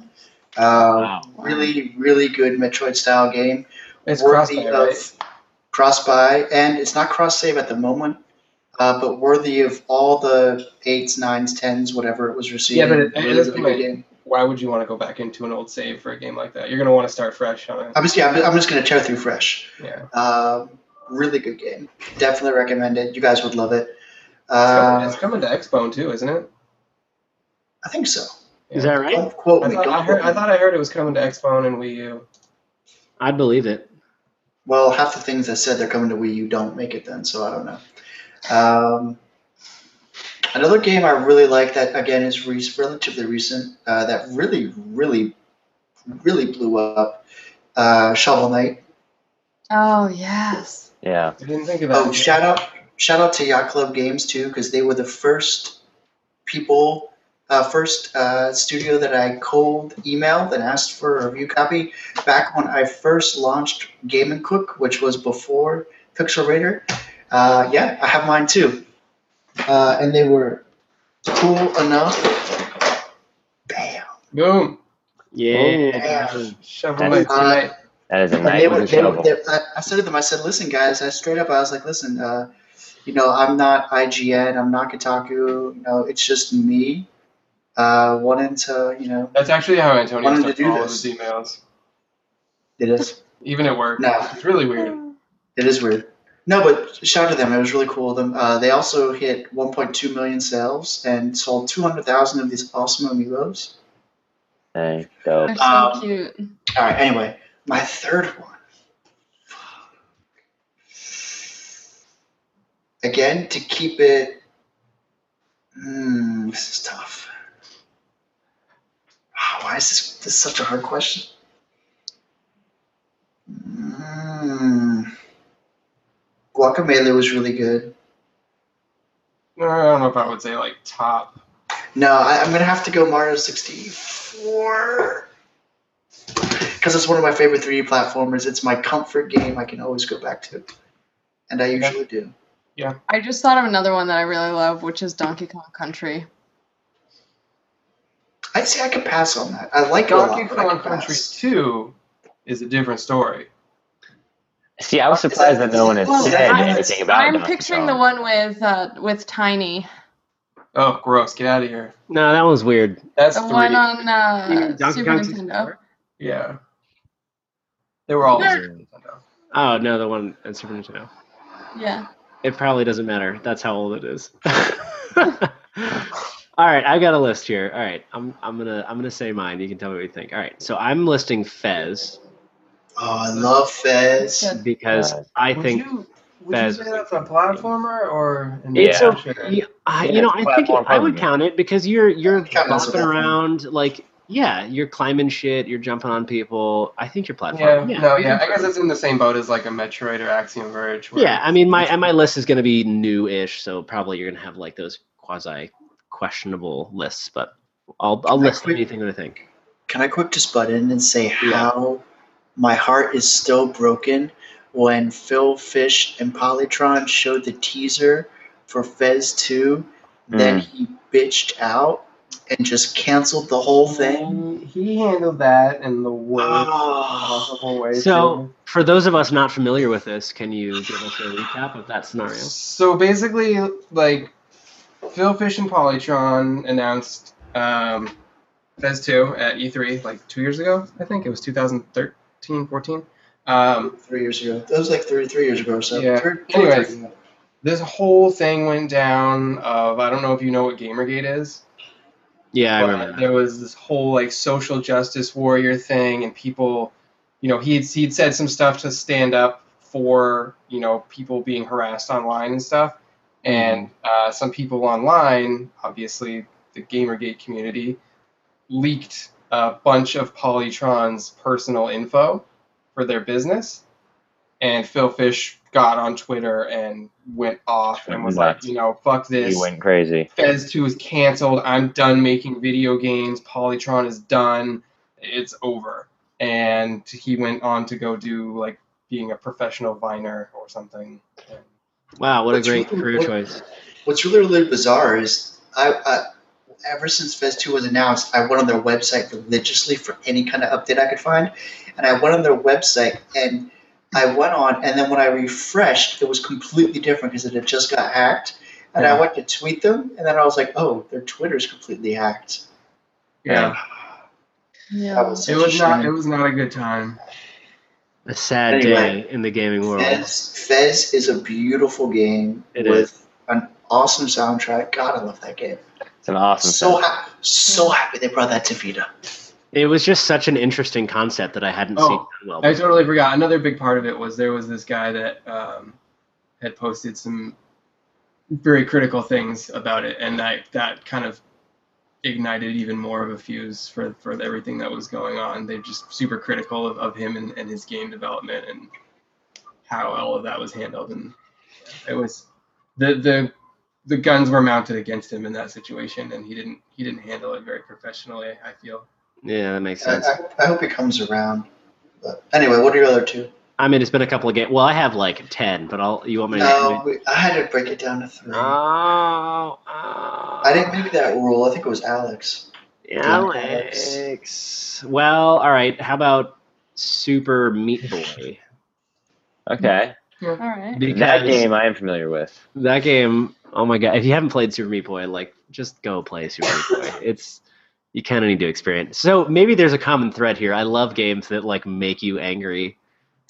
D: Uh,
A: Wow.
D: Really, really good Metroid-style game.
E: It's
D: worthy
E: Crossfire,
D: of
E: right?
D: cross-buy, and it's not cross-save at the moment, uh, but worthy of all the eights, nines, tens, whatever it was receiving.
E: Yeah, but it- it
D: Really,
E: doesn't
D: really
E: make-
D: good game.
E: Why would you want to go back into an old save for a game like that? You're gonna want to start fresh on it.
D: I'm just, yeah, I'm, I'm just gonna tear through fresh.
E: Yeah.
D: Um, really good game. Definitely recommend it. You guys would love it.
E: It's coming,
D: Uh,
E: it's coming to Xbone too, isn't it?
D: I think so.
A: Is that right?
D: Don't quote
E: I
D: me.
E: thought I,
D: Don't
E: heard,
D: quote
E: I
D: me.
E: thought I heard it was coming to Xbone and Wii U.
A: I believe it.
D: Well, half the things that said they're coming to Wii U don't make it then, so I don't know. Um, another game I really like that again is re- relatively recent uh, that really, really, really blew up. Uh, Shovel Knight.
C: oh yes
B: yeah,
E: I didn't think of that.
D: Oh, shout out, shout out to Yacht Club Games too, because they were the first people, uh, first uh, studio that I cold emailed and asked for a review copy back when I first launched Game and Cook, which was before Pixel Raider. Uh, yeah, I have mine too, uh, and they were cool enough. Bam.
E: Boom.
A: Yeah.
D: Yeah.
E: Shovel Knight
D: Uh,
E: tonight.
B: that is a
D: And they
B: night
D: were,
B: with a
D: they were,
B: shovel.
D: they, I, I said to them, I said, listen, guys, I straight up, I was like, listen, uh, you know, I'm not IGN, I'm not Kotaku, you know, it's just me uh, wanting to, you know,
E: That's actually how Antonio
D: Wanted to
E: starts
D: do
E: all of
D: this.
E: his emails,
D: it is,
E: even at work.
D: No.
E: It's really weird.
D: it is weird. No, but shout out to them. It was really cool of them. Uh, they also hit 1.2 million sales and sold 200,000 of these awesome amiibos.
B: Hey, dope.
C: they're so
D: Um,
C: cute
D: All right. Anyway, my third one. Again, to keep it. Hmm, this is tough. Ah, Why is this, this is such a hard question? Hmm. Guacamole was really good.
E: No, I don't know if I would say like top.
D: No, I, I'm gonna have to go Mario 64 because it's one of my favorite 3D platformers. It's my comfort game. I can always go back to, and I
E: Yeah.
D: usually do.
C: I just thought of another one that I really love, which is Donkey Kong Country.
D: I'd say I could pass on that. I like it a lot,
E: Donkey
D: but I
E: Kong
D: could
E: Country
D: pass.
E: 2 is a different story.
B: See, I was
D: Is that-
B: surprised that no one has
D: well,
B: said
D: I'm-
B: anything about
C: I'm
B: Donkey
C: picturing the
B: Kong.
C: one with uh, with Tiny,
E: Oh, gross. Get out of here.
A: No, that one's weird.
E: That's
C: the
E: three.
C: one on uh,
A: Donkey Kong
C: Super
A: 64?
C: Nintendo.
E: yeah. They were all
C: Yeah.
E: Nintendo.
A: Oh no, the one in Super Nintendo.
C: Yeah,
A: It probably doesn't matter. That's how old it is. (laughs) All right, I've got a list here. All right, I'm I'm gonna I'm gonna say mine. You can tell me what you think. All right, so I'm listing Fez
D: Oh, I love Fez.
C: Good.
A: because
B: Uh,
A: I
E: would
A: think
E: you, would
A: Fez-
E: you say that's a platformer or an
A: It's
B: Yeah.
E: adventure?
A: Yeah, I,
B: Yeah,
A: you know,
B: it's
A: I think
B: platform
A: I would
B: heavy.
A: count it because you're you're
D: Count it as a
A: bopping
D: platform.
A: around like yeah, you're climbing shit, you're jumping on people. I think you're
E: Yeah,
A: platform. Yeah,
E: no, yeah. I guess it's in the same boat as like a Metroid or Axiom Verge. where
A: Yeah, I mean my and my list is going to be new-ish, so probably you're going to have like those quasi questionable lists, but I'll I'll
D: Can I
A: list
D: quick-
A: anything that I think.
D: Can I quick just butt in and say how my heart is still broken when Phil Fish and Polytron showed the teaser for Fez 2, then he bitched out and just canceled the whole thing.
E: He, he handled that in the worst
D: Oh,
E: possible way.
A: So, for those of us not familiar with this, can you give us a recap of that scenario?
E: So basically, like, Phil Fish and Polytron announced um, Fez 2 at E3 like two years ago, I think. It was 2013, 14. Um,
D: three years ago. That was like three, three years ago or so.
E: Yeah.
D: Three- two or three
E: Anyways.
D: years ago.
E: this whole thing went down of, I don't know if you know what Gamergate is.
A: Yeah, I
E: But
A: remember. That.
E: there was this whole like social justice warrior thing, and people, you know, he'd he'd said some stuff to stand up for you know people being harassed online
A: Mm-hmm.
E: and stuff, and uh, some people online, obviously the GamerGate community, leaked a bunch of Polytron's personal info for their business, and Phil Fish got on Twitter and went off and was like,
B: Nuts.
E: you know, fuck this.
B: He went crazy.
E: Fez 2 is canceled. I'm done making video games. Polytron is done. It's over. And he went on to go do like being a professional viner or something.
A: Wow, what a
D: Which
A: great
D: one-
A: career
D: what-
A: choice.
D: What's really, really bizarre is I, I ever since Fez 2 was announced, I went on their website religiously for any kind of update I could find. And I went on their website and I went on, and then when I refreshed, it was completely different because it had just got hacked. And I
E: Yeah.
D: went to tweet them, and then I was like, oh, their Twitter's completely hacked.
E: Yeah.
D: That
C: yeah.
D: was
E: It
D: such
E: was
D: a
E: not
D: shame.
E: it was not a good time.
A: A sad
D: Anyway.
A: day in the gaming world.
D: Fez, Fez is a beautiful game
A: It
D: with
A: is.
D: an awesome soundtrack. God, I love that game.
B: It's an awesome. So
D: So happy, so happy they brought that to Vita.
A: It was just such an interesting concept that I hadn't
E: Oh,
A: seen done well.
E: I totally forgot. Another big part of it was there was this guy that um, had posted some very critical things about it, and I, that kind of ignited even more of a fuse for, for everything that was going on. They're just super critical of, of him and, and his game development and how all of that was handled, and it was the the the guns were mounted against him in that situation, and he didn't he didn't handle it very professionally. I feel.
A: yeah, that makes
D: I,
A: sense.
D: I, I hope it comes around. But anyway, what are your other two?
A: I mean, it's been a couple of games. Well, I have like 10, but I'll you want me to
D: No, Uh, we, I had to break it down to three.
A: Uh, Oh,
D: I didn't make that rule. I think it was Alex.
A: Alex. Well, all right. How about Super Meat Boy?
B: okay,
C: All right.
A: Because
B: (laughs) that game I am familiar with.
A: that game- Oh my god! If you haven't played Super Meat Boy, like just go play Super Meat
B: (laughs)
A: Boy. It's you kind of need to experience. So maybe there's a common thread here. I love games that like make you
B: (laughs)
A: angry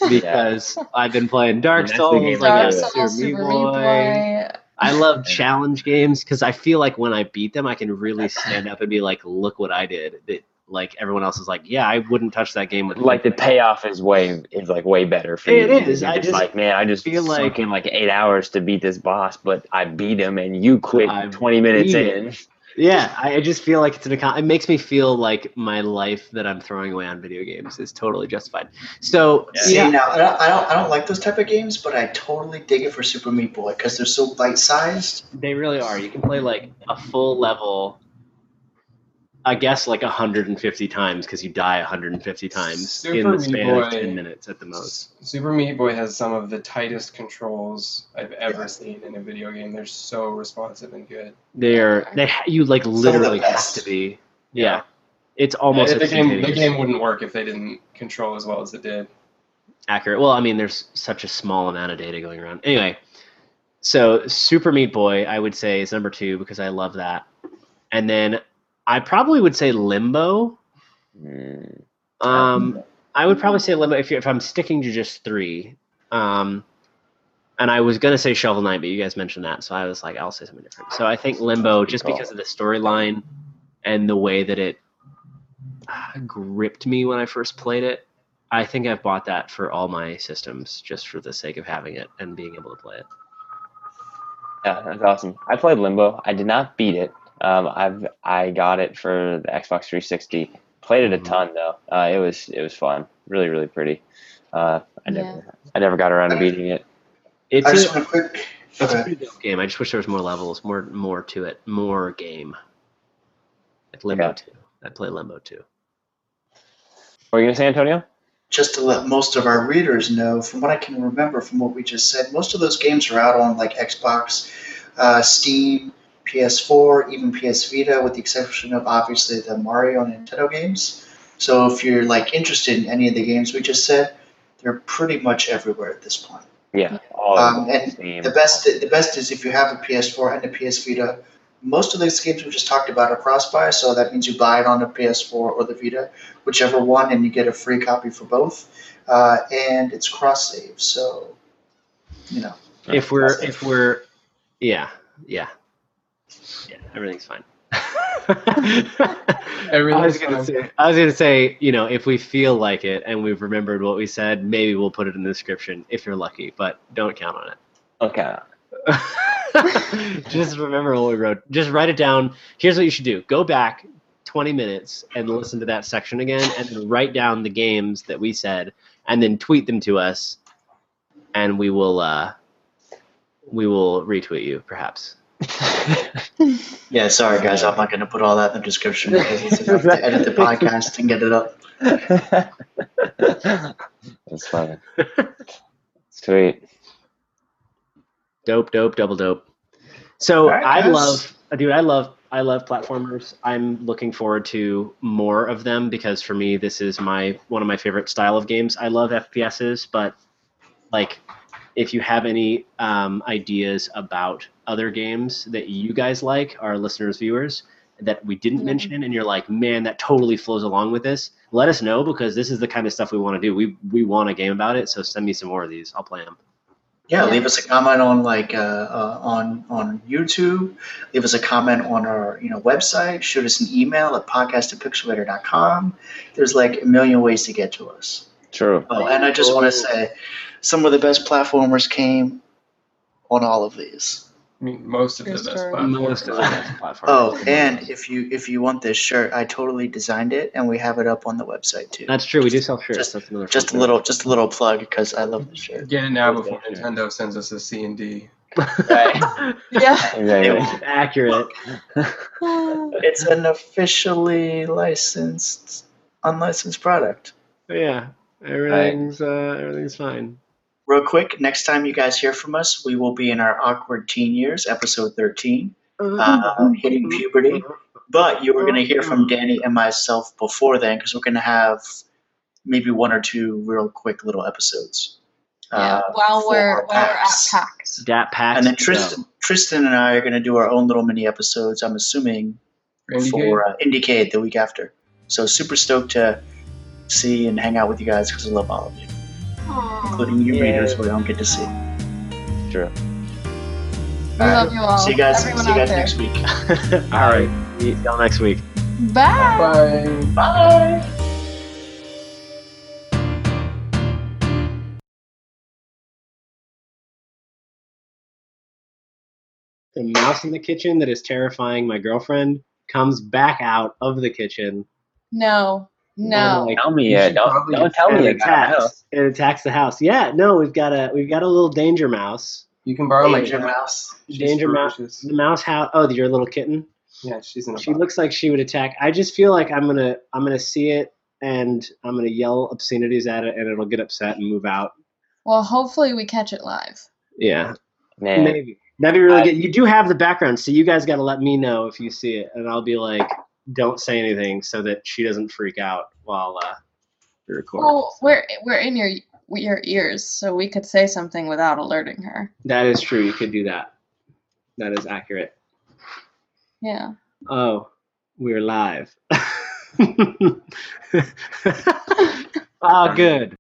A: because I've been playing Dark
B: And that's the
A: Souls.
B: game
A: I got
C: Dark
B: do.
C: Souls,
A: Super Meat Boy.
D: (laughs)
C: Boy.
A: I
B: (laughs)
A: love challenge games because I feel like when I beat them, I can really stand up and be like, "Look what I did!" That like everyone else is like, "Yeah, I wouldn't touch that game with."
B: Like the payoff is way is like way better for
A: It
B: you.
A: is.
B: You're
A: I just
B: like man, I just
A: feel
B: feel
A: like-
B: like in like eight hours to beat this boss, but I beat him and you quit
A: I
B: twenty minutes
A: beat
B: in.
A: Yeah, I I just feel like it's an account. It makes me feel like my life that I'm throwing away on video games is totally justified. So
B: Yeah.
D: See,
A: yeah,
D: now I don't, I don't, I don't like those type of games, but I totally dig it for Super Meat Boy because they're so bite sized.
A: they really are. You can play like a full level I guess like 150 times because you die 150 times in
E: Super
A: the
E: Meat
A: span of
E: Boy.
A: 10 minutes at the most.
E: Super Meat Boy has some of the tightest controls I've ever
D: Yeah.
E: seen in a video game. They're so responsive and good.
A: They're they ha- you like
D: of the
A: literally have
D: best.
A: to be. Yeah, it's almost
E: the game. The
A: instantaneous.
E: game wouldn't work if they didn't control as well as it did.
A: accurate. Well, I mean, there's such a small amount of data going around. Anyway, so Super Meat Boy, I would say is number two because I love that, and then I probably would say Limbo.
B: Mm.
A: Um, I would probably say Limbo if, you, if I'm sticking to just three. Um, and I was gonna say Shovel Knight, but you guys mentioned that, so I was like, I'll say something different. So I think Limbo, just because of the storyline and the way that it uh, gripped me when I first played it, I think I've bought that for all my systems just for the sake of having it and being able to play it.
B: Yeah, that's awesome. I played Limbo. I did not beat it. Um, I've I got it for the Xbox 360. Played it a
A: Mhm.
B: ton though. Uh, it was it was fun. Really really pretty. Uh, I never
C: Yeah.
B: I never got around to beating it.
A: It's
D: I
A: a,
D: just want to quick.
A: it's a
D: okay.
A: pretty dope game. I just wish there was more levels, more more to it, more game. Like Limbo
B: Yeah.
A: too. I play Limbo too.
B: Were you gonna say Antonio?
D: just to let most of our readers know, from what I can remember from what we just said, most of those games are out on like Xbox, uh, Steam, PS4, even PS Vita, with the exception of obviously the Mario and Nintendo games. So if you're like interested in any of the games we just said, they're pretty much everywhere at this point.
B: Yeah. All
D: Um,
B: of them.
D: and
B: Steam.
D: The best, the best is if you have a PS4 and a PS Vita. Most of these games we just talked about are cross-buy, so that means you buy it on the PS4 or the Vita, whichever one, and you get a free copy for both. Uh, and it's cross-save, so you know.
A: if we're
D: That's it.
A: if we're yeah yeah yeah everything's fine I was
E: Everything's
A: gonna
E: fine.
A: say I was gonna say you know if we feel like it and we've remembered what we said maybe we'll put it in the description if you're lucky but don't count on
B: okay. (laughs)
A: it (laughs) just remember what we wrote just write it down here's what you should do go back 20 minutes and listen to that section again and then write down the games that we said and then tweet them to us and we will uh we will retweet you perhaps
D: Yeah, sorry guys, I'm not going to put all that in the description because it's enough to edit the podcast and get it up.
B: That's funny. Sweet.
A: Dope, dope, double dope. So
D: All right,
A: I
D: guys.
A: love, dude, I love, I love platformers. I'm looking forward to more of them because for me, this is my one of my favorite style of games. I love FPSs, but like, if you have any um, ideas about other games that you guys like, our listeners, viewers, that we didn't
C: Yeah.
A: mention, and you're like, man, that totally flows along with this. Let us know because this is the kind of stuff we want to do. We we want a game about it. So send me some more of these. I'll play them.
D: Yeah,
C: Yeah.
D: leave us a comment on like uh, uh, on on YouTube. Leave us a comment on our you know website. Shoot us an email at podcast@pixelator.com. There's like a million ways to get to us.
B: True.
D: Oh, and I just want to say, some of the best platformers came on all of these.
E: I mean, most of the
C: Yes,
E: best
C: sir.
E: platforms.
A: platforms.
D: Oh, and if you if you want this shirt, I totally designed it, and we have it up on the website too.
A: That's true. We do sell shirts.
D: Just-
A: That's another
D: Just a
A: fun
D: little just a little plug because I love the shirt.
E: Get it now before Nintendo sends us a C and D.
D: (laughs)
A: thing.
B: (laughs)
C: Yeah.
B: Exactly.
A: Accurate.
D: It's an officially licensed unlicensed product.
A: Yeah, everything's uh, everything's fine.
D: Real quick, next time you guys hear from us, we will be in our awkward teen years, episode 13,
C: Mm-hmm.
D: uh, hitting puberty. But you are going to hear from Danny and myself before then because we're going to have maybe one or two real quick little episodes.
C: yeah.
D: Uh,
C: While
D: for
C: we're while we're at
D: PAX.
C: PAX.
A: Dat packs.
D: and then Tristan, Tristan and I are going to do our own little mini episodes, I'm assuming,
E: Randy
D: for uh, Indiecade the week after. So super stoked to see and hang out with you guys because I love all of you, including you
B: Yay.
D: readers who I don't get to see.
B: True.
C: We
D: All right.
C: love you all.
D: See you guys.
C: Everyone
D: see you
C: out
D: guys
C: there.
D: next week. (laughs)
A: All right. See y'all next week.
C: Bye.
E: Bye.
D: Bye.
A: The mouse in the kitchen that is terrifying my girlfriend comes back out of the kitchen.
C: No.
A: And,
C: No.
A: like,
B: Tell me
E: You
B: it.
E: should
B: Don't,
E: probably
B: don't tell
A: and
B: me it.
A: attacks. It attacks the house. Yeah. No, we've got a we've got a little danger mouse.
E: You can borrow my
D: Danger Mouse.
E: She's
A: Danger Mouse.
E: ferocious.
A: The mouse house. Oh, your little kitten.
E: Yeah, she's in a
A: She
E: box.
A: looks like she would attack. I just feel like I'm gonna I'm gonna see it and I'm gonna yell obscenities at it and it'll get upset and move out.
C: Well, hopefully we catch it live.
A: Yeah,
B: Man,
A: maybe that'd be really
B: I-
A: good. You do have the background, so you guys got to let me know if you see it, and I'll be like, don't say anything so that she doesn't freak out while uh, we record.
C: Well, we're we're in your your ears, so we could say something without alerting her.
A: That is true. You could do that. That is accurate.
C: Yeah.
A: Oh, we're (laughs) live. oh, good.